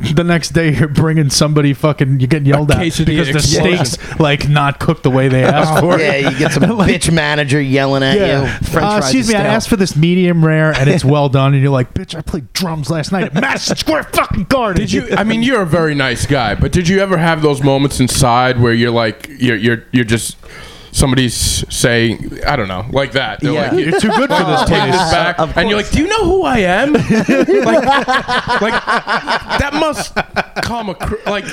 The next day, you're bringing somebody fucking. You're getting yelled at quesadilla because the explosion. steaks like not cooked the way they Oh, asked for. yeah, you get some bitch manager yelling at you. French uh, fries excuse is me, I stale. asked for this medium rare and it's well done. And you're like, bitch, I played drums last night at Madison Square fucking Garden. Did you? I mean, you're a very nice guy, but did you ever have those moments inside where you're like, you're you're you're just somebody's saying, I don't know, like that. They're Yeah. like, You're too good for this take this place. back, Of and you're like, do you know who I am? like, like, that must come across. Like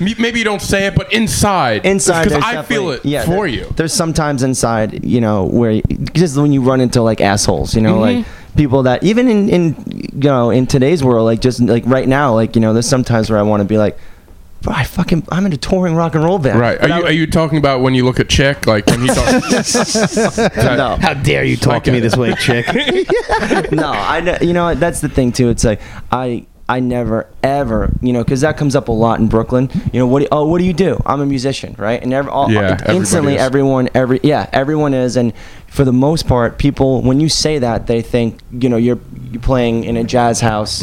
m- maybe you don't say it, but inside, inside because there's I feel definitely- it for there- you. There's sometimes inside, you know, where just when you run into like assholes, you know, like Mm-hmm. people that even in in you know in today's world, like just like right now, like you know, there's sometimes where I want to be like, bro, I fucking I'm in a touring rock and roll band, Right? Are you, are you talking about when you look at chick? Like when he talks? that- No. How dare you talk to me this way, chick? no, I ne- you know what, that's the thing too. It's like I I never ever you know because that comes up a lot in Brooklyn. You know what? Do, oh, what do you do? I'm a musician, right? And every, all, uh, Yeah, everybody instantly is. everyone every yeah everyone is and for the most part people when you say that they think you know you're you're playing in a jazz house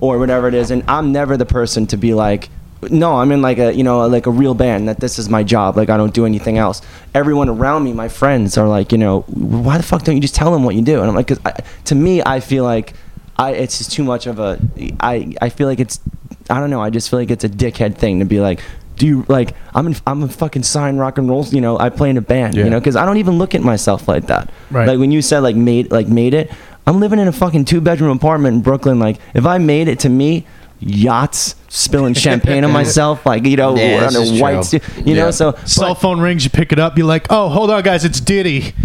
or whatever it is and I'm never the person to be like. No, I'm in like a you know like a real band. That this is my job. Like I don't do anything else. Everyone around me, my friends, are like you know why the fuck don't you just tell them what you do? And I'm like, 'cause I, to me, I feel like I it's just too much of a I I feel like it's I don't know I just feel like it's a dickhead thing to be like do you like I'm in, I'm a fucking sign rock and roll you know I play in a band Yeah. you know because I don't even look at myself like that Right. like when you said like made like made it I'm living in a fucking two bedroom apartment in Brooklyn like if I made it to me yachts, spilling champagne on myself, like you know, Yeah, this on is a white, true. suit, you Yeah. know. So Cell phone rings, you pick it up, you're like, oh, hold on, guys, it's Diddy.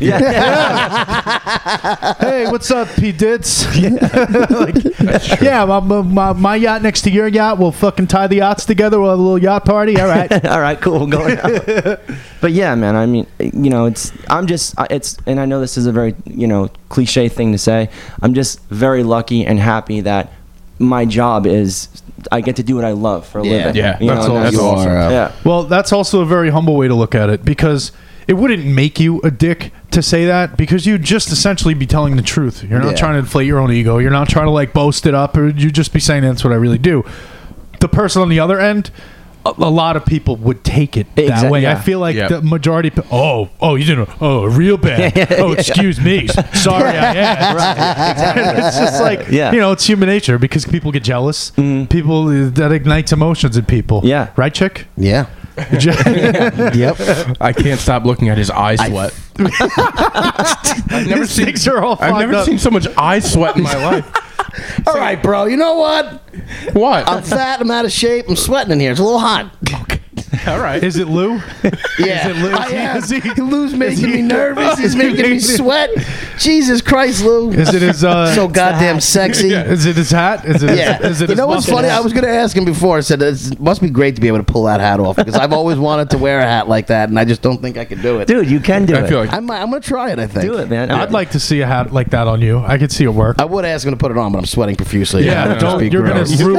hey, what's up, P. Dits? That's true. yeah, my, my- my, my yacht next to your yacht, we'll fucking tie the yachts together, we'll have a little yacht party, all right. all right, cool, going out. but yeah, man, I mean, you know, it's I'm just I- it's, and I know this is a very you know cliche thing to say. I'm just very lucky and happy that my job is I get to do what I love for a Yeah. living. Yeah. you That's and all- that's you awesome. are, uh, Yeah. Well, that's also a very humble way to look at it because it wouldn't make you a dick to say that because you'd just essentially be telling the truth. You're not Yeah. trying to inflate your own ego. You're not trying to like boast it up or you just be saying that's what I really do. The person on the other end, a, a lot of people would take it that Exact- way. I yeah. feel like Yeah. the majority. pe- Oh, oh, you didn't. Oh, real bad. oh, excuse me. Sorry, I asked. it's just like Yeah. Mm-hmm. you know, it's human nature because people get jealous. People that ignites emotions in people. Yeah. right, chick. Yeah. Yep. I can't stop looking at his eye sweat. I've never seen. things are all I've fucked never up. seen so much eye sweat in my life. All right, bro. Oh, Um, You know what? What? I'm fat. I'm out of shape. I'm sweating in here. It's a little hot. All right. Is it Lou? Yeah. Is it Lou? I am. Is he- Lou's is making he- me nervous. He's making me sweat. Jesus Christ, Lou. Is it his? Uh, so goddamn sexy. Is it his hat? Is it? his- Yeah. Is it you his know what's muscles? funny? I was going to ask him before. I said, it must be great to be able to pull that hat off because I've always wanted to wear a hat like that, and I just don't think I could do it. Dude, you can do I it. feel like I'm, I'm going to try it, I think. do it, man. I'd like to see a hat like that on you. I could see it work. I would ask him to put it on, but I'm sweating profusely. yeah, It would just don't. be You're gonna gross. ruin.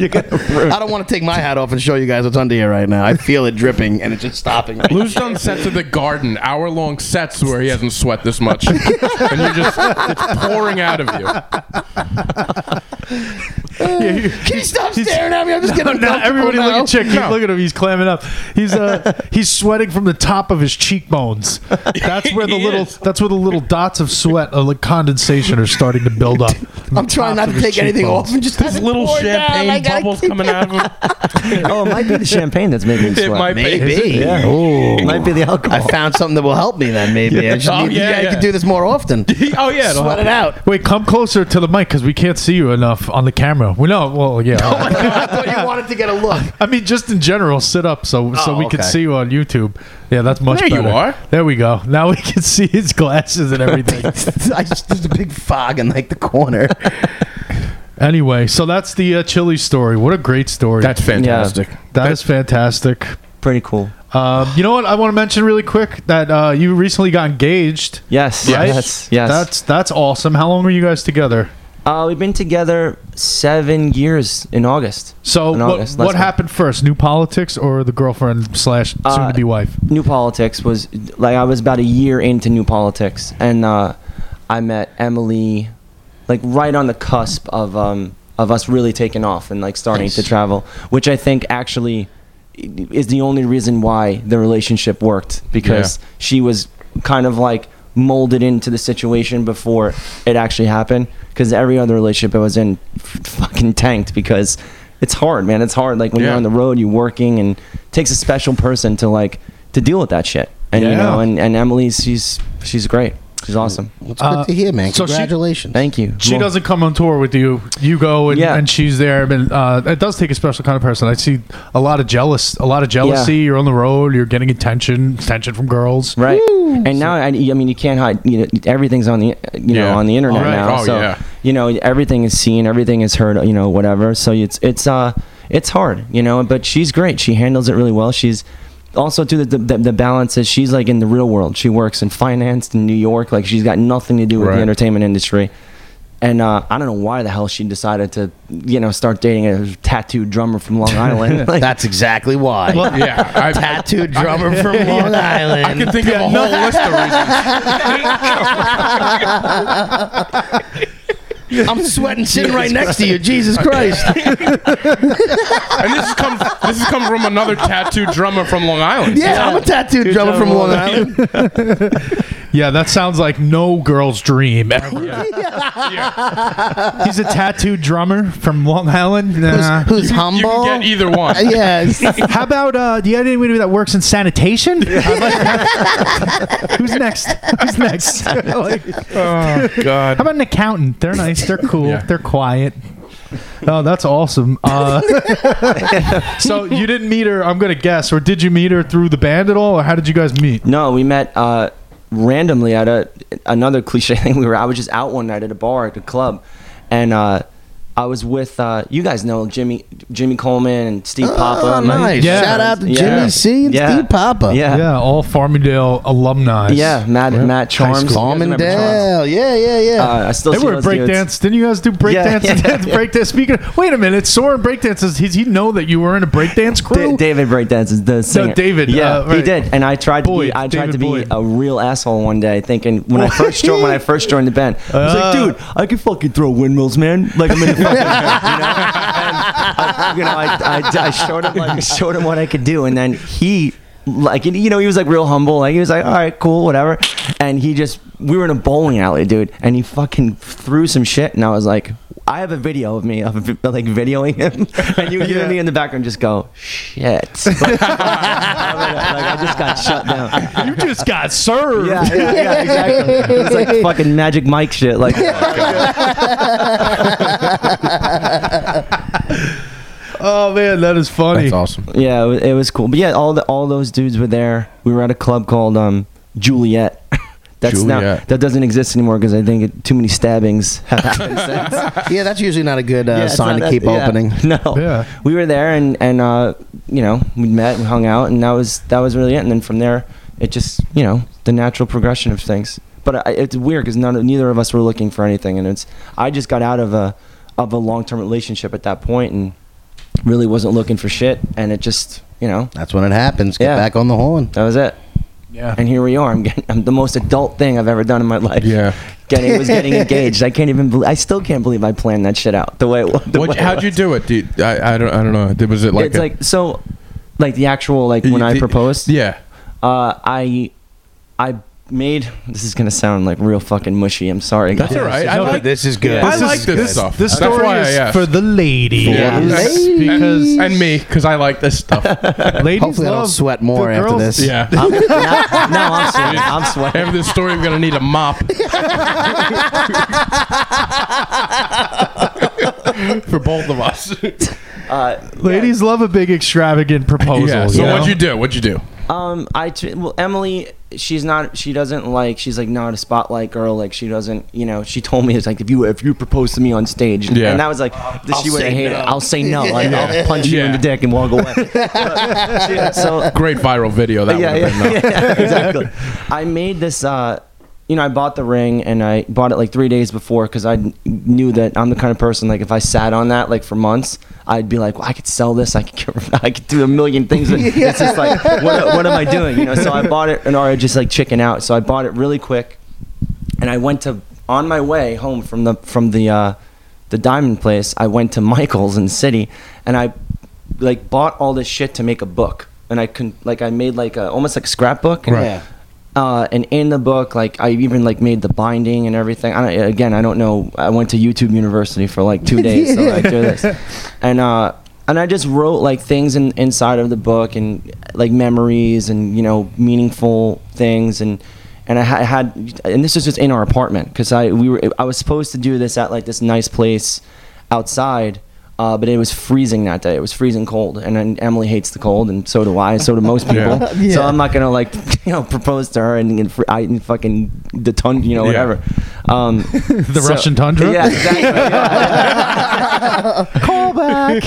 you would- I don't want to take my hat off and show you guys what's under here right now. I feel it dripping, and it's just stopping. me. Lou's done sets of the garden, hour long sets where he hasn't sweat this much. and you're just, it's pouring out of you. yeah, you- Can you stop staring at me? I'm just No, getting no, everybody look at you. Chick. Keep looking at him. He's clamming up. He's uh, he's sweating from the top of his cheekbones. That's where the He little is. that's where the little dots of sweat, uh, like condensation, are starting to build up. I'm trying not to take anything off. I'm just This little champagne bubbles coming out of him. Oh, it might be the champagne that's making me sweat. It might be. Maybe. Yeah. Ooh. It might be the alcohol. I found something that will help me then, maybe. I just Oh, need, yeah, you guys yeah. could do this more often. Oh, yeah. it'll Sweat help. it out. Wait, come closer to the mic because we can't see you enough on the camera. We know. Well, yeah. I thought you wanted to get a look. I mean, just in general, sit up so so Oh, we can okay. see you on YouTube. Yeah, that's much There you better. are. There we go. Now we can see his glasses and everything. I just, there's a big fog in like the corner. anyway, so that's the uh, chili story. What a great story. That's fantastic. that is fantastic. Pretty cool. Um, you know what I want to mention really quick that uh, you recently got engaged. Yes. Yes. Yes. Yes. That's that's awesome. How long were you guys together? uh, we've been together seven years in August. So In what, August, last what month. happened first? New politics or the girlfriend slash soon to be wife? New Politics was like I was about a year into New Politics, and uh, I met Emily, like right on the cusp of um, of us really taking off and like starting to travel, which I think actually i- is the only reason why the relationship worked because she was kind of like molded into the situation before it actually happened because every other relationship I was in f- fucking tanked because it's hard man it's hard like when Yeah. you're on the road you're working and it takes a special person to like to deal with that shit and you know Yeah. and, and emily's she's she's great she's awesome It's Uh, good to hear, man. so she- Congratulations. thank you She Well, doesn't come on tour with you. You go and, Yeah. and she's there. But uh, it does take a special kind of person. I see a lot of jealous, a lot of jealousy. You're on the road. You're getting attention, attention from girls. right and now I, I mean you can't hide you know everything's on the you know Yeah. on the internet Right. now Oh, so yeah. you know everything is seen everything is heard you know whatever so it's it's uh it's hard you know but she's great she handles it really well she's also too the, the, the balance is she's like in the real world she works in finance in new york like she's got nothing to do with Right. the entertainment industry and uh, I don't know why the hell she decided to, you know, start dating a tattooed drummer from Long Island. Like, That's exactly why. Yeah. I, Tattooed drummer from Long Island. I can think of a whole list of reasons. I'm sweating sitting right next to you. Jesus Christ. And this comes this has come from another tattoo drummer from Long Island. Yeah, I'm a tattooed drummer from Long Island. Yeah, that sounds like no girl's dream. ever. He's a tattooed drummer from Long Island. Nah. Who's, who's humble? Uh, You can get either one. Yes. How about uh, do you have anybody that works in sanitation? I'd like- Who's next? Who's next? Like, Oh, God. how about an accountant? They're nice. They're cool. Yeah. They're quiet. Oh, that's awesome. Uh, so you didn't meet her, I'm gonna guess, or did you meet her through the band at all, or how did you guys meet? No, we met uh, randomly at a another cliche thing. We were I was just out one night at a bar at a club, and uh, I was with uh, you guys know Jimmy Jimmy Coleman and Steve Papa. and- Oh, nice. Yeah. Shout out to Yeah. Jimmy C and Yeah. Steve Papa. Yeah. Yeah, all Farmingdale alumni. Yeah, Matt Matt Charms. You guys remember Charms? Farmingdale. Yeah, yeah, yeah. Uh, I still They see were those dudes. breakdance. Didn't you guys do breakdance? Yeah, yeah, yeah. breakdance speaker. Wait a minute, Soren breakdances. Did he know that you were in a breakdance crew? Da- David breakdance is the singer. David, Yeah, uh, right. he did. And I tried to Boyd, be, I David tried to be Boyd. a real asshole one day, thinking when I first joined when I first joined the band, I was like, dude, I can fucking throw windmills, man. Like I'm in the fucking, you know. And I, you know, I, I, I showed him like showed him what I could do, and then he. Like and, you know, he was like real humble. Like he was like, "All right, cool, whatever." And he just, we were in a bowling alley, dude, and he fucking threw some shit, and I was like, "I have a video of me of like videoing him," and you hear me in the background just go, "Shit." like I just got shut down. You just got served. Yeah, yeah, yeah, exactly. It's like fucking Magic Mike shit. Like, Oh man, that is funny. That's awesome. yeah, it was, it was cool. But yeah, all the, all those dudes were there. We were at a club called um, Juliet. That's now Juliet. that doesn't exist anymore because I think it, too many stabbings have happened since. Yeah, that's usually not a good uh, Yeah, it's sign to not keep that- yeah. opening. No, Yeah. we were there and and uh, you know we met, we hung out, and that was that was really it. And then from there, it just you know the natural progression of things. But I, it's weird because none of neither of us were looking for anything, and it's I just got out of a of a long term relationship at that point and really wasn't looking for shit, and it just you know That's when it happens. Get Yeah. back on the horn. that was it. Yeah. And here we are. I'm getting I'm the most adult thing I've ever done in my life. Yeah. Getting was getting engaged. I can't even. Believe, I still can't believe I planned that shit out the way. It, wa- the way What, it how'd you was. do it? Do you- I, I don't I don't know. Did- Was it like it's a- like so like the actual like when you- i the- proposed Yeah. uh i i made this is gonna sound like real fucking mushy i'm sorry That's guys. all right. I No, like this is good. I This like is this good. stuff. This That's story why I is asked. for the ladies. Yeah. Ladies. Because and me because I like this stuff. ladies Hopefully I don't love sweat more the after girls- this. yeah. I'm, no, no, i'm sweating i'm sweating After this story, we're gonna need a mop for both of Oh, us. uh, Ladies love a big extravagant proposal. yeah. So you know? what'd you do? What'd you do? um i t- well emily she's not she doesn't like she's like not a spotlight girl like she doesn't you know she told me it's like if you if you propose to me on stage Yeah. and that was like that she would say hate no. it i'll say no like i'll punch you in Yeah. the dick and walk away But, yeah, so Great viral video. That yeah, would have yeah, been. yeah, exactly. I made this. Uh, you know, I bought the ring and I bought it like three days before because I kn- knew that I'm the kind of person like if I sat on that like for months, I'd be like, well, I could sell this, I could, get, I could do a million things. But It's just like, what, what am I doing? You know. So I bought it and I just like chicken out. So I bought it really quick, and I went to on my way home from the from the uh, the diamond place. I went to Michael's in the city, and I like bought all this shit to make a book. And I can like I made like a almost like a scrapbook. Right. Yeah. Uh, and in the book, like I even like made the binding and everything. I don't, again, I don't know. I went to YouTube University for like two days, so I do this, and uh, and I just wrote like things in, inside of the book and like memories and you know meaningful things and and I ha- had and this was just in our apartment because I we were I was supposed to do this at like this nice place outside. Uh, but it was freezing that day. It was freezing cold, and, then Emily hates the cold, and so do I, and so do most people. Yeah. So I'm not gonna like you know propose to her and, and, fr- I, and fucking the ton you know Yeah. whatever. Um, The Russian tundra? Yeah, exactly. Call back.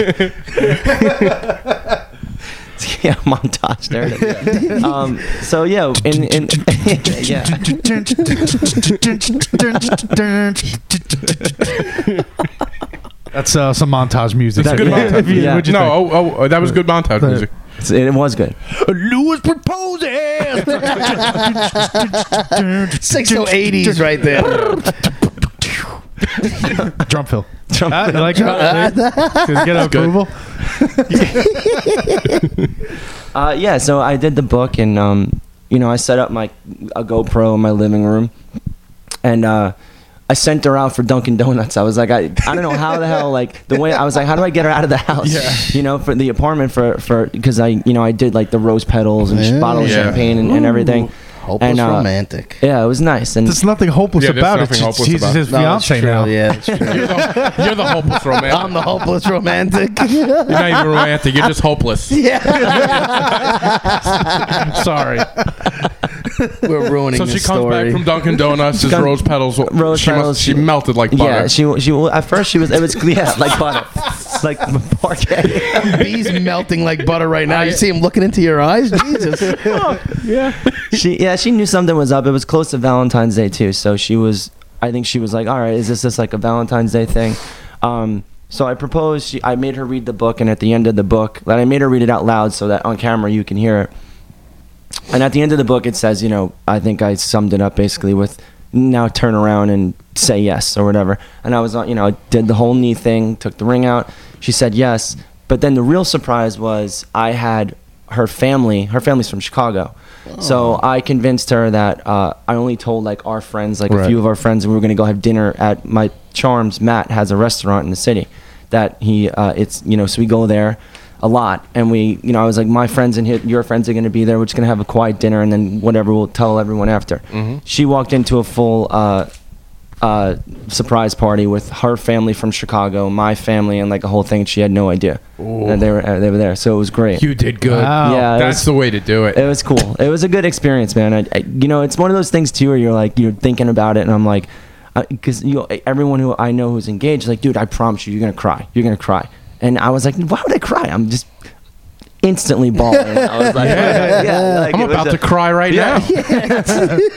yeah, montage. There it is. Um, so yeah, in, in, yeah. That's uh, some montage music. Good montage. If you- Yeah. what'd you think? No, oh, oh, that was good montage music. So It was good. Uh, Lewis proposes. 6080s right there. oh. Drum fill. Ah, you like that? Did you get approval? Uh, yeah, so I did the book, and um, you know, I set up my a GoPro in my living room, and uh, I sent her out for Dunkin' Donuts. I was like, I, I don't know how the hell like the way I was like, how do I get her out of the house? Yeah. You know, for the apartment for for because I you know I did like the rose petals and sh- bottle of Yeah. champagne and, and everything. Hopeless And, uh, romantic. Yeah, it was nice. And There's nothing hopeless Yeah, there's about nothing it. She's- hopeless she's about it. his No, that's fiance true, now. Yeah, that's true. You're the, you're the hopeless I'm romantic. the hopeless romantic. You're not even romantic. You're just hopeless. Sorry. We're ruining So this she comes story. back from Dunkin' Donuts. As comes- rose petals, Rose she, must- petals, she she- melted like butter. yeah, she she well, at first she was it was yeah like butter, like parquet. He's melting like butter right now. You see him looking into your eyes? Jesus. she yeah she knew something was up. It was close to Valentine's Day too, so she was I think she was like, all right, is this just like a Valentine's Day thing? Um, so I proposed. She, I made her read the book, and at the end of the book, that I made her read it out loud so that on camera you can hear it. And at the end of the book, it says, you know, I think I summed it up basically with now turn around and say yes or whatever. And I was on, you know, I did the whole knee thing, took the ring out. She said yes. But then the real surprise was I had her family, her family's from Chicago. So I convinced her that uh, I only told like our friends, like a few of our friends, and we were going to go have dinner at my charms. Matt has a restaurant in the city that he, uh, it's, you know, so we go there a lot. And we, you know, I was like, my friends and hi- your friends are going to be there. We're just going to have a quiet dinner and then whatever we'll tell everyone after. She walked into a full uh, uh, surprise party with her family from Chicago, my family, and like a whole thing. She had no idea that they were uh, they were there. So it was great. you did good. Wow. yeah, it That's was, the way to do it. it was cool. It was a good experience, man. I, I, you know, it's one of those things too where you're like you're thinking about it, and I'm like, because you everyone who I know who's engaged, like, dude, I promise you, you're gonna cry. You're gonna cry. And I was like, why would I cry? I'm just instantly bawling. I was like, yeah, like, I'm it was about a- to cry right now.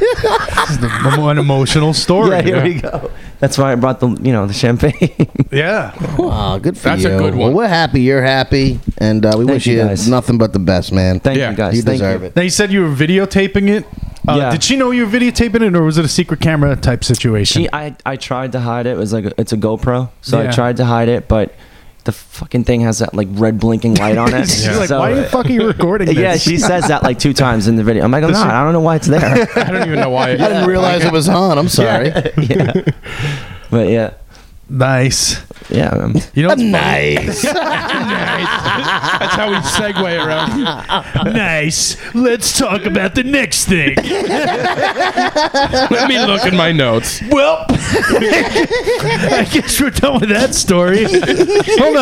An emotional story. Yeah, here we go. That's why I brought the you know the champagne. Yeah. Aw, good for That's you. a good one. Well, we're happy. You're happy. And uh, we wish you you, guys. nothing but the best, man. Thank Yeah, you guys. you. Thank deserve it. Now you said you were videotaping it. Uh, Yeah. Did she know you were videotaping it, or was it a secret camera type situation? She, I, I tried to hide it. It was like a, it's a GoPro, so Yeah. I tried to hide it, but the fucking thing has that like red blinking light on it. She's like, So- why the fuck are you recording this? Yeah, she says that like two times in the video. I'm like, I'm not. I don't know why it's there. I don't even know why. I didn't realize it was on. I'm sorry. yeah, but yeah, nice. yeah. Um, You know, what's Nice. That's how we segue around. funny? nice. Let's talk about the next thing. Let me look at my notes. Well, I guess we're done with that story. Hold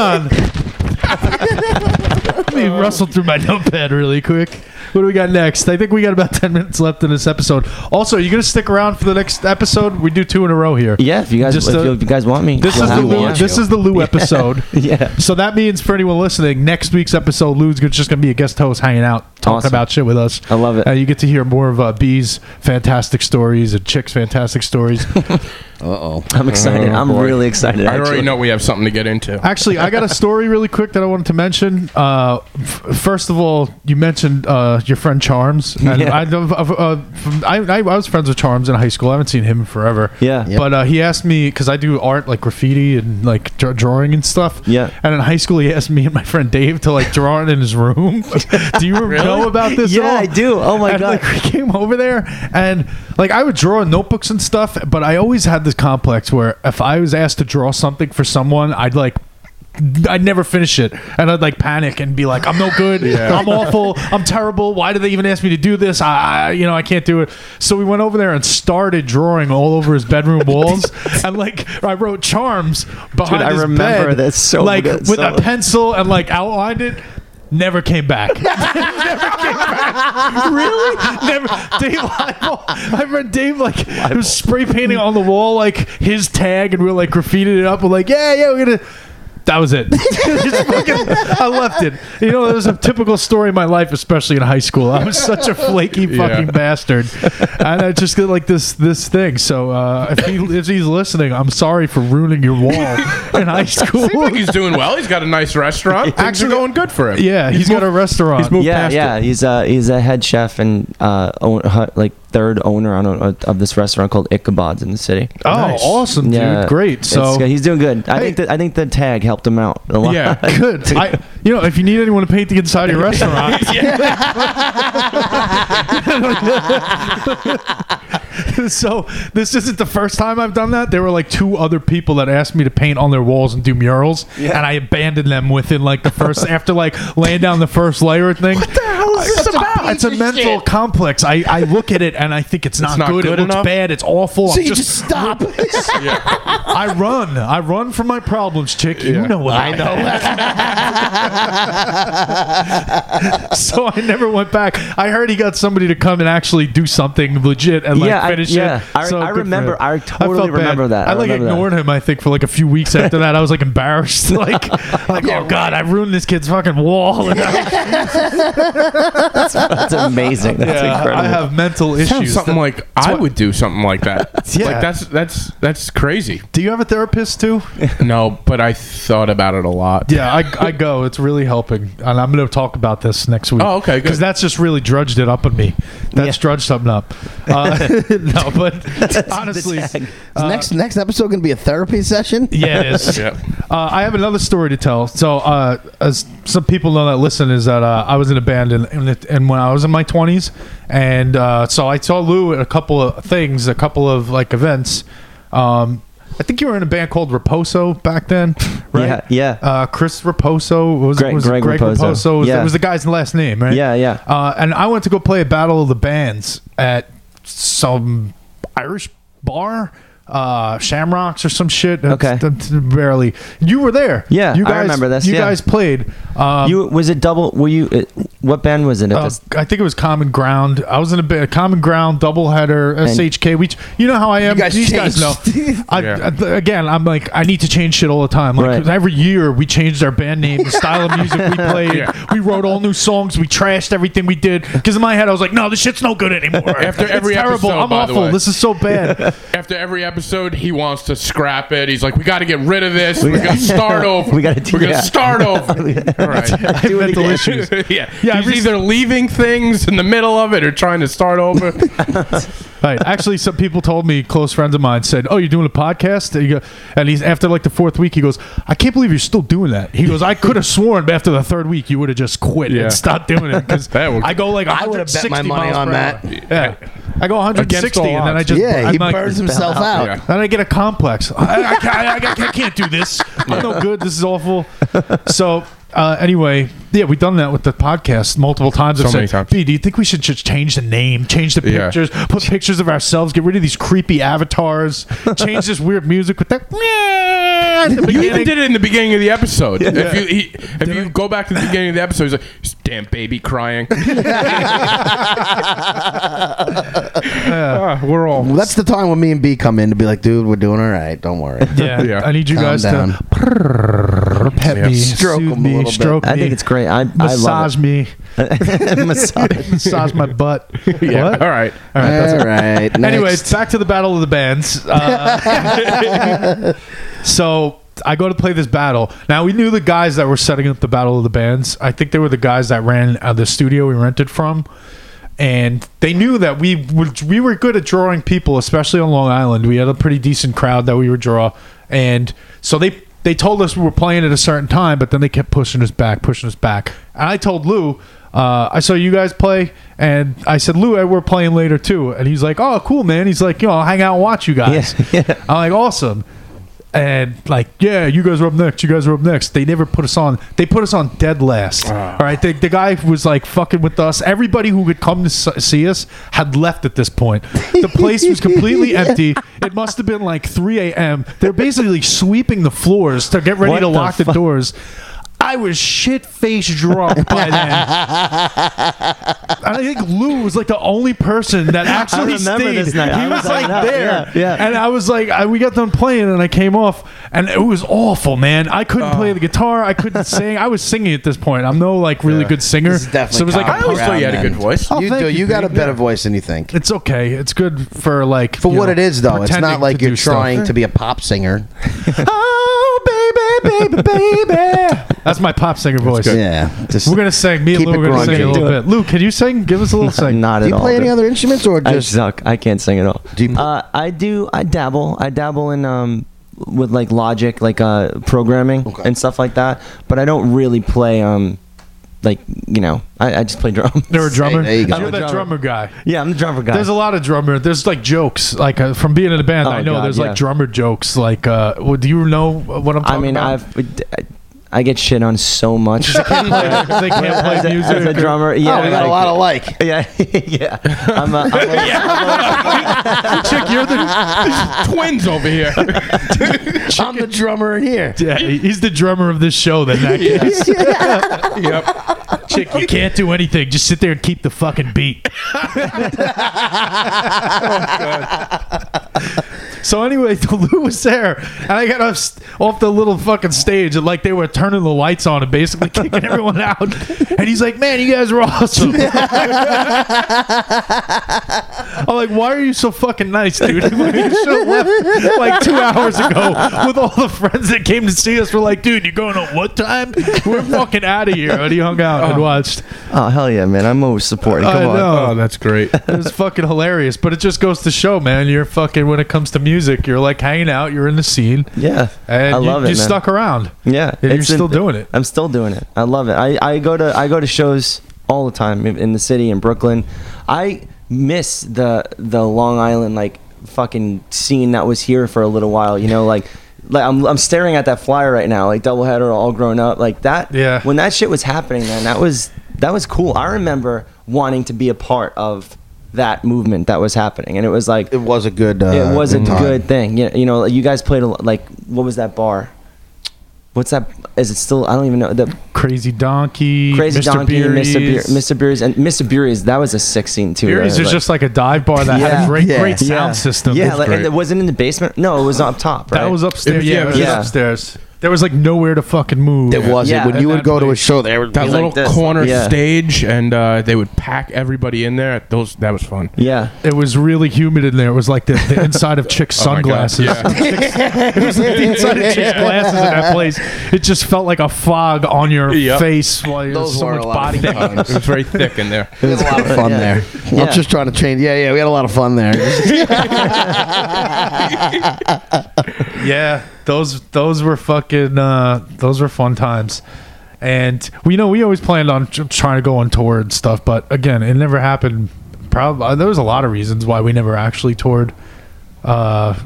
on. Let me rustle through my notepad really quick. What do we got next? I think we got about 10 minutes left in this episode. Also, are you going to stick around for the next episode? We do two in a row here. yeah, if you guys Just, if, uh, you, if you guys want me, This I'll is, the have we Lou, you. want this you. is the Lou episode. Yeah. So that means for anyone listening, next week's episode, Lou's go- just going to be a guest host hanging out, talking Awesome. about shit with us. I love it. Uh, you get to hear more of uh, B's fantastic stories and Chick's fantastic stories. Uh oh. I'm excited. Oh, I'm boy. really excited. I already actually. know we have something to get into. Actually, I got a story really quick that I wanted to mention. Uh, f- first of all, you mentioned uh, your friend Charms. And Yeah. I, don't- I've- uh, from- I, I, I was friends with Charms in high school. I haven't seen him in forever. Yeah. Yep. But uh, he asked me, because I do art like graffiti and like dra- drawing and stuff. Yeah. And in high school, he asked me and my friend Dave to like draw it in his room. do you know about this at Yeah, all? I do. Oh my And, God. like, we came over there and like I would draw in notebooks and stuff, but I always had this complex where if I was asked to draw something for someone, I'd like I'd never finish it, and I'd like panic and be like, "I'm no good. I'm awful. I'm terrible. Why did they even ask me to do this? I, I, you know, I can't do it." So we went over there and started drawing all over his bedroom walls, and like I wrote charms behind Dude, I his remember bed, this so like good, with so- a pencil and like outlined it. Never came back. really? Never. Dave, I, I read Dave like it was spray painting on the wall like his tag, and we were like graffitied it up. We're like, yeah, yeah, we're gonna. That was it. Just fucking- I left it. You know, it was a typical story in my life, especially in high school. I was such a flaky Yeah. fucking bastard, and I just get like this this thing. So uh, if he if he's listening, I'm sorry for ruining your wall in high school. Seems like he's doing well. He's got a nice restaurant. Things are Actually- going good for him. yeah, he's got a restaurant. he's moved yeah, past yeah. it. He's a he's a head chef and uh, own, hu- like third owner I don't know, of this restaurant called Ichabod's in the city. oh, awesome, Yeah, dude! Great. It's So good. he's doing good. I Hey. think that I think the tag helped him out a lot. Yeah. Good. I, you know, if you need anyone to paint the inside of your restaurant, so this isn't the first time I've done that. There were like two other people that asked me to paint on their walls and do murals, and I abandoned them within like the first after like laying down the first layer of things. What the hell is this about? no, it's a mental complex. I, I look at it and I think it's not, not good. good It looks enough? bad. It's awful. So I'm you just- just, stop. yeah. I run. I run from my problems, chick. You Yeah. know what I know. so I never went back. I heard he got somebody to come and actually do something legit and like Yeah, I- finish yeah. it. I- So I good for remember- him. I totally felt bad. remember that. I, I like remember that. ignored him. I think for like a few weeks after that, I was like embarrassed. Like, like oh god, I ruined this kid's fucking wall. And I- That's amazing. That's I have mental Sounds issues. something That- like I would do something like that. Yeah. Like that's that's that's crazy. do you have a therapist too? No, but I thought about it a lot. Yeah, I, I go. It's really helping, and I'm going to talk about this next week. Oh, okay, good. Because that's just really drudged it up on me. That's Yeah. drudged something up. Uh, no, but honestly, Is next next episode gonna be a therapy session. yeah, it is. Yeah. Uh, I have another story to tell. So, uh, as some people know that listen, is that uh, I was in a band and, and, it- and when I was in my 20s, and uh, so I saw Lou at a couple of things, a couple of like events. Um, I think you were in a band called Raposo back then, right? Yeah, yeah. Uh, Chris Raposo was Greg- was it Greg Greg Raposo. Raposo. It was, Yeah. it was the guy's last name, right? Yeah, yeah. Uh, and I went to go play a battle of the bands at some Irish bar, uh, Shamrocks or some shit. That's- Okay. that's barely. You were there. Yeah, you I guys, remember this, You yeah. guys played. Um, you was it double? Were you? It, what band was it at uh, this? I think it was Common Ground. I was in a bit of Common Ground doubleheader SHK. We, you know how I am. guys These guys know. changed. I, Yeah. I- again, I'm like I need to change shit all the time. Like Right. 'cause every year we changed our band name, the style of music we played. Yeah. We wrote all new songs. We trashed everything we did because in my head I was like, no, this shit's no good anymore. After It's every terrible. episode, I'm by the awful. way. This is so bad. After every episode, he wants to scrap it. He's like, "We got to get rid of this. We're gonna start over. We gotta do- We're gonna yeah. start over." All right. I have mental issues. yeah. Yeah, He's I've either leaving things in the middle of it or trying to start over. Right. Actually, some people told me, close friends of mine said, "Oh, you're doing a podcast," and, you go, and he's after like the fourth week, he goes, "I can't believe you're still doing that." He goes, "I could have sworn after the third week you would have just quit Yeah. and stopped doing it because That would- I go like I would've bet 160 my money miles on per that. hour. Yeah, I go 160 all and then I odds. just yeah, I'm he like- burns himself out. Yeah. then I get a complex. I, I, can't, I, I- I can't do this. I'm no good. This is awful. So uh, anyway, yeah, we've done that with the podcast multiple times. I've So many said, times. B, do you think we should just change the name, change the Yeah. pictures, put pictures of ourselves, get rid of these creepy avatars, change this weird music with that? at the You even beginning." did it in the beginning of the episode. If you he, if you go back to the beginning of the episode, he's like, "This "Damn baby crying." Ah, we're all. Well, that's the time when me and B come in to be like, dude, we're doing all right. Don't worry. Yeah, Yeah. I need you Calm guys down. to prrrr, pet Yeah. me, Stroke soothe 'em a me, little bit. stroke I me, think it's great. I, I love massage me, it. massage. massage my butt. Yeah. What? All right. All right, that's all right. Next. Anyways, back to the battle of the bands. Uh, so I go to play this battle. Now we knew the guys that were setting up the battle of the bands. I think they were the guys that ran uh, the studio we rented from, and they knew that we were, we were good at drawing people, especially on Long Island. We had a pretty decent crowd that we would draw, and so they. They told us we were playing at a certain time, but then they kept pushing us back, pushing us back. And I told Lou, uh, I saw you guys play, and I said, Lou, I- we're playing later too. And he's like, Oh, cool, man. He's like, You know, I'll hang out and watch you guys. Yeah. I'm like, Awesome. And like, yeah, you guys are up next. You guys are up next. They never put us on. They put us on dead last. Ah. All right. The, the guy was like fucking with us. Everybody who could come to s- see us had left at this point. The place was completely empty. It must have been like 3 a.m. They're basically sweeping the floors to get ready What to the lock the doors. I was shit face drunk by then. I think Lou was like the only person that actually remember stayed. this night. He I was, was like, like no, there, yeah, yeah. And I was like, I, we got done playing, and I came off, and it was awful, man. I Oh. couldn't play the guitar. I couldn't sing. I was singing at this point. I'm no like really good singer, This is definitely so it was like, common I always a- thought you had a good voice. you thank do. you, You, got a dude. better voice than you think. it's okay. It's good for like For you what know, it is, though, it's pretending not like to you're do stuff. trying to be a pop singer. Oh, baby, baby, baby. That's my pop singer voice. Yeah. Just, We're gonna sing. Me and Keep Lou it are gonna sing grungy. a little bit. Lou, can you sing? Give us a little sing. Not do at you all. play any dude. other instruments or I just? suck. I can't sing at all. Do you- uh, I do. I dabble. I dabble in um with like Logic, like uh programming Okay. and stuff like that. But I don't really play um like you know. I, I just play drums. They're a drummer. there you go. You're I'm a that drummer drummer. guy. yeah, I'm the drummer guy. There's a lot of drummer. There's like jokes, like uh, from being in a band. Oh, I know God, there's yeah. like drummer jokes. Like, uh, well, do you know what I'm talking I mean, about? I've. I- I get shit on so much. they can't play as, a, music. as a drummer, yeah, oh, we got a lot of like. yeah, yeah. I'm a, I'm a, Chick, you're the twins over here. I'm the drummer in here. Yeah, he's the drummer of this show. Then that case. yep. chick, you can't do anything. Just sit there and keep the fucking beat. So anyway, Lou was there, and I got off, off the little fucking stage, and like they were turning the lights on and basically kicking everyone out. And he's like, "Man, you guys are awesome." I'm like, "Why are you so fucking nice, dude? Like, you should have left like two hours ago with all the friends that came to see us. We're like, dude, you're going on what time? We're fucking out of here." And he hung out and watched. oh hell yeah, man! I'm always supporting. Come I on. know. Oh, that's great. It was fucking hilarious, but it just goes to show, man. You're fucking when it comes to music, you're like hanging out, you're in the scene, Yeah, and I you, love it. you man. stuck around. Yeah, And you're it's still doing it. I'm still doing it. I love it. I, I go to I go to shows all the time in- in the city in Brooklyn. I miss the the Long Island like fucking scene that was here for a little while. You know, like. Like I'm, I'm staring at that flyer right now, like doubleheader, all grown up, like that. Yeah. When that shit was happening, man, that was that was cool. I remember wanting to be a part of that movement that was happening, and it was like It was a good. Uh, it was a time. good thing. You you know, you guys played a lot, like what was that bar? What's that? Is it still? I don't even know. The Crazy Donkey, Crazy Mr. Donkey, Mr. Beer, Beeries. Mr. Beers, and Mr. Beers. That was a sick scene too. Beeries right? is just like a dive bar that had Yeah. a great, Yeah. great sound Yeah. system. Yeah, That's like, and great. it wasn't in the basement. No, it was up top. Right? that was upstairs. Yeah, Yeah, it was yeah. upstairs. There was like nowhere to fucking move. It wasn't. Yeah. when you would go to a show, there would be That like, little this. corner Yeah. stage, and uh, they would pack everybody in there. Those that was fun. Oh Yeah, It was really humid in there. It was like the, the inside of chick's Oh my God. sunglasses. Yeah. It was like the inside of chick's glasses in that place. It just felt like a fog on your Yep. face. While there's Those so were a much lot of body. fun. it was very thick in there. It was a lot of fun Yeah. there. Yeah. I'm just trying to change. Yeah, yeah, we had a lot of fun there. Yeah, those those were fucking uh, those were fun times. And we know we always planned on tr- trying to go on tour and stuff, but again, it never happened. Probably there was a lot of reasons why we never actually toured. Uh,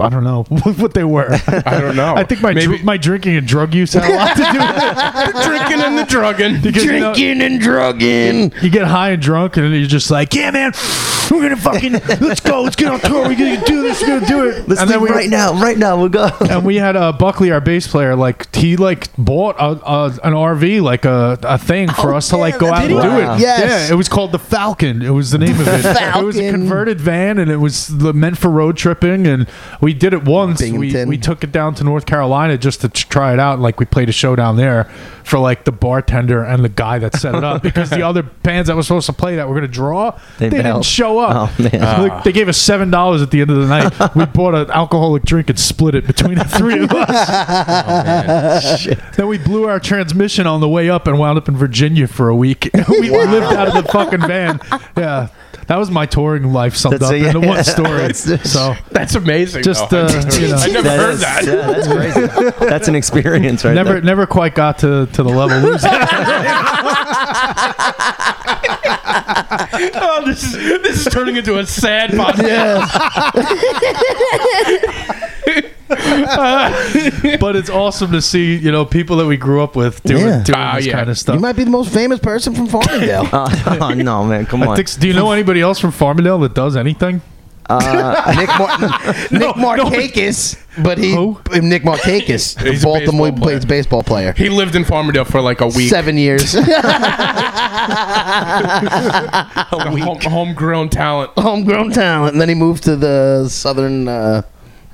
I don't know what they were. I don't know. I think my Maybe- dr- my drinking and drug use had a lot to do with it. drinking and the drugging. Because, you know, Drinking and drugging. you get high and drunk, and then you're just like, "Yeah, man, we're gonna fucking let's go, let's get on tour, we're gonna do this, we're gonna do it." let's and then leave we- right now. Right now, we'll go. and we had uh, Buckley, our bass player, like he like bought a, a, an RV, like a, a thing for us to like go out and he? do Wow. it. Yes. Yeah, it was called the Falcon. It was the name of it. It was a Falcon. converted van, and it was the- meant for road tripping. And we did it once. We Binghamton. we took it down to North Carolina just to tr- try it out. And like we played a show down there for like the bartender and the guy that set it up because the other bands that were supposed to play that were gonna draw They they, didn't bailed. show up. Oh, man. Uh, Like, they gave us seven dollars at the end of the night. we bought an alcoholic drink and split it between the three of us. Oh, Then we blew our transmission on the way up and wound up in Virginia for a week. we lived out of the fucking van. Yeah, that was my touring life summed That's up a- in the yeah. one story. That's- so That's amazing. Just, though. uh, you know. I never That heard is- that. Yeah, that's crazy. that's an experience, right? never there. never quite got to, to the level. Lou's at. Oh, this is this is turning into a sad podcast. but it's awesome to see you know people that we grew up with doing Yeah. doing Ah, this yeah. kind of You stuff. might be the most famous person from Farmingdale. Oh, oh, no, man, come I on. think, do you know anybody else from Farmingdale that does anything? Nick, Mar- Nick Markakis, but he Who? Nick Markakis, the He's a Baltimore baseball player. Blades baseball player, He lived in Farmerdale for like a week. seven years, A home, homegrown talent. homegrown talent, and then he moved to the southern uh,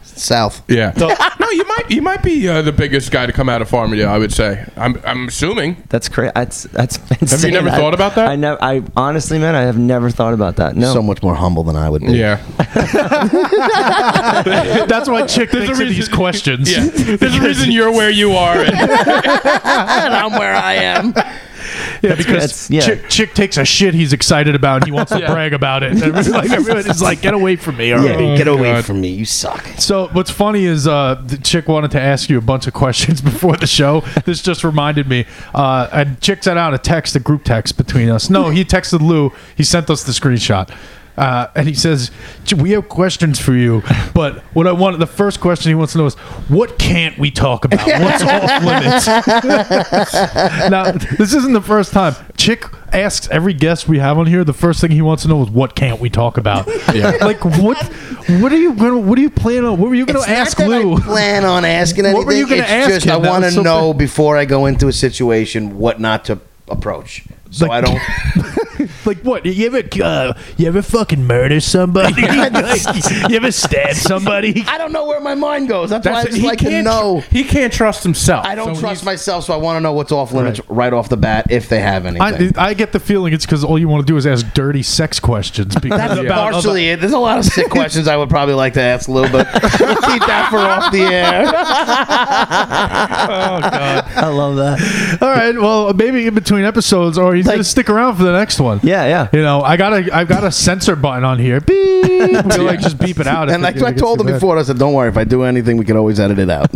south. Yeah. no, you might you might be uh, the biggest guy to come out of Farmerdale. I would say. I'm I'm assuming. that's crazy. That's that's. Have never thought about that? I never. I honestly, man, I have never thought about that. Oh. No. So much more humble than I would be. Yeah. That's why Chick There's a thinks of these reason- questions. Yeah. There's a reason you're where you are. And and I'm where I am. Yeah, because That's- yeah. Chick, Chick takes a shit he's excited about and he wants to brag about it. Everyone's like, everybody's like, get away from me. already." Oh, get away God. from me. You suck. So what's funny is uh, the Chick wanted to ask you a bunch of questions before the show. This just reminded me. Uh, and Chick sent out a text, a group text between us. No, he texted Lou. He sent us the screenshot. uh, and he says, "J- "We have questions for you, but what I want the first question he wants to know is what can't we talk about? What's off limits?" now, this isn't the first time. Chick asks every guest we have on here. The first thing he wants to know is what can't we talk about? Yeah. like what? What are you gonna? What are you planning on? What were you gonna It's not ask that Lou? I plan on asking anything. What were you gonna it's ask Just, him? I That want was to so know before I go into a situation what not to approach. So Like- I don't. Like what? You ever uh, you ever fucking murder somebody? Like, you ever stab somebody? I don't know where my mind goes. That's, why I That's just like to can't know. tr- he can't trust himself. I don't so trust he's- myself, so I want to know what's off limits right, off the bat if they have anything. I, I get the feeling it's because all you want to do is ask dirty sex questions. Because That's about partially it. There's a lot of sick questions I would probably like to ask Lou, but we'll keep that for off the air. I love that. All right. Well, maybe in between episodes, or he's gonna Like- stick around for the next one. Yeah, yeah. You know, I got a I've got a censor button on here. Beep. We like just beep it out. if And it- like if it I gets told too him bad. before, I said, "Don't worry. If I do anything, we can always edit it out."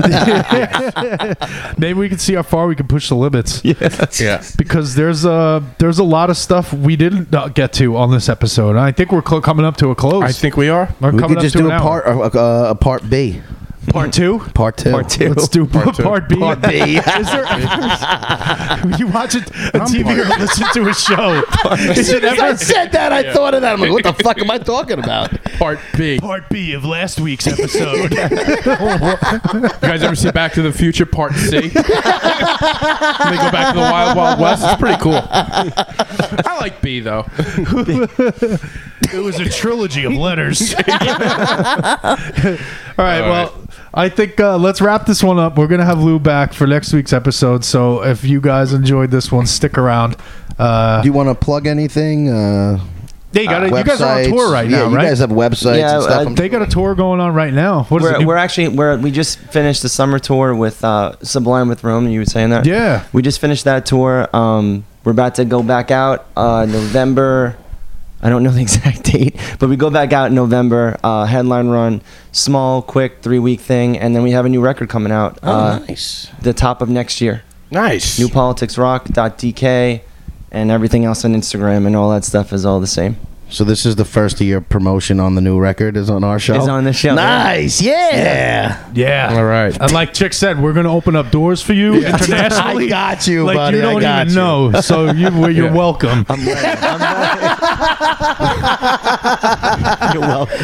maybe we can see how far we can push the limits. Yeah. Because there's a there's a lot of stuff we didn't uh, get to on this episode. And I think we're clo coming up to a close. I think we are. we're we coming could up just to do an a hour. part, uh, a part B, part two. part two, Part two. Let's do part, two. part B. part B. Is there? you watch it on TV or listen to a show? Is it As I ever said that, I thought of that. I'm like, what the fuck am I talking about? Part B. You part B of last week's episode? guys ever see Back to the Future Part C? they go back to the Wild Wild West. It's pretty cool. I like B though. it was a trilogy of letters. All right. All well, right. I think uh, let's wrap this one up. We're gonna have Lou back for next week's episode. So if you guys enjoyed this one, stick around. Uh, Do you want to plug anything? Uh, they got you guys are on websites? tour right yeah, now, You right? guys have websites Yeah, and stuff. uh, I'm- they got a tour going on right now. What is We're, it? we're actually we're we just finished the summer tour with uh, Sublime with Rome. You were saying that. yeah. We just finished that tour. Um, we're about to go back out uh, November. I don't know the exact date, but we go back out in November. Uh, headline run, small, quick, three week thing, and then we have a new record coming out. uh, Oh, nice. The top of next year. Nice. Newpoliticsrock.dk and everything else on Instagram and all that stuff is all the same. So this is the first of your promotion on the new record is on our show. Is on the show, yeah. Nice, yeah. Yeah. All right. And like Chick said, we're going to open up doors for you internationally. I got you, like buddy. you I don't got even you. know, so you, well, you're Yeah. welcome.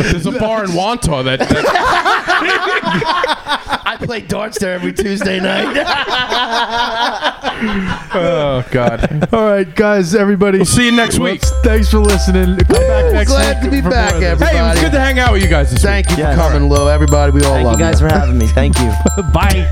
There's a bar in Wantagh that, that I play darts there every Tuesday night. Oh god. All right, guys, everybody. see you next week. Thanks for listening. Come back next Glad week to be for back, more of this. everybody. Hey, it was good to hang out with you guys this week. Thank you Yes. for coming, Lou. Everybody, we all Thank love you guys for having me. Thank you. Bye.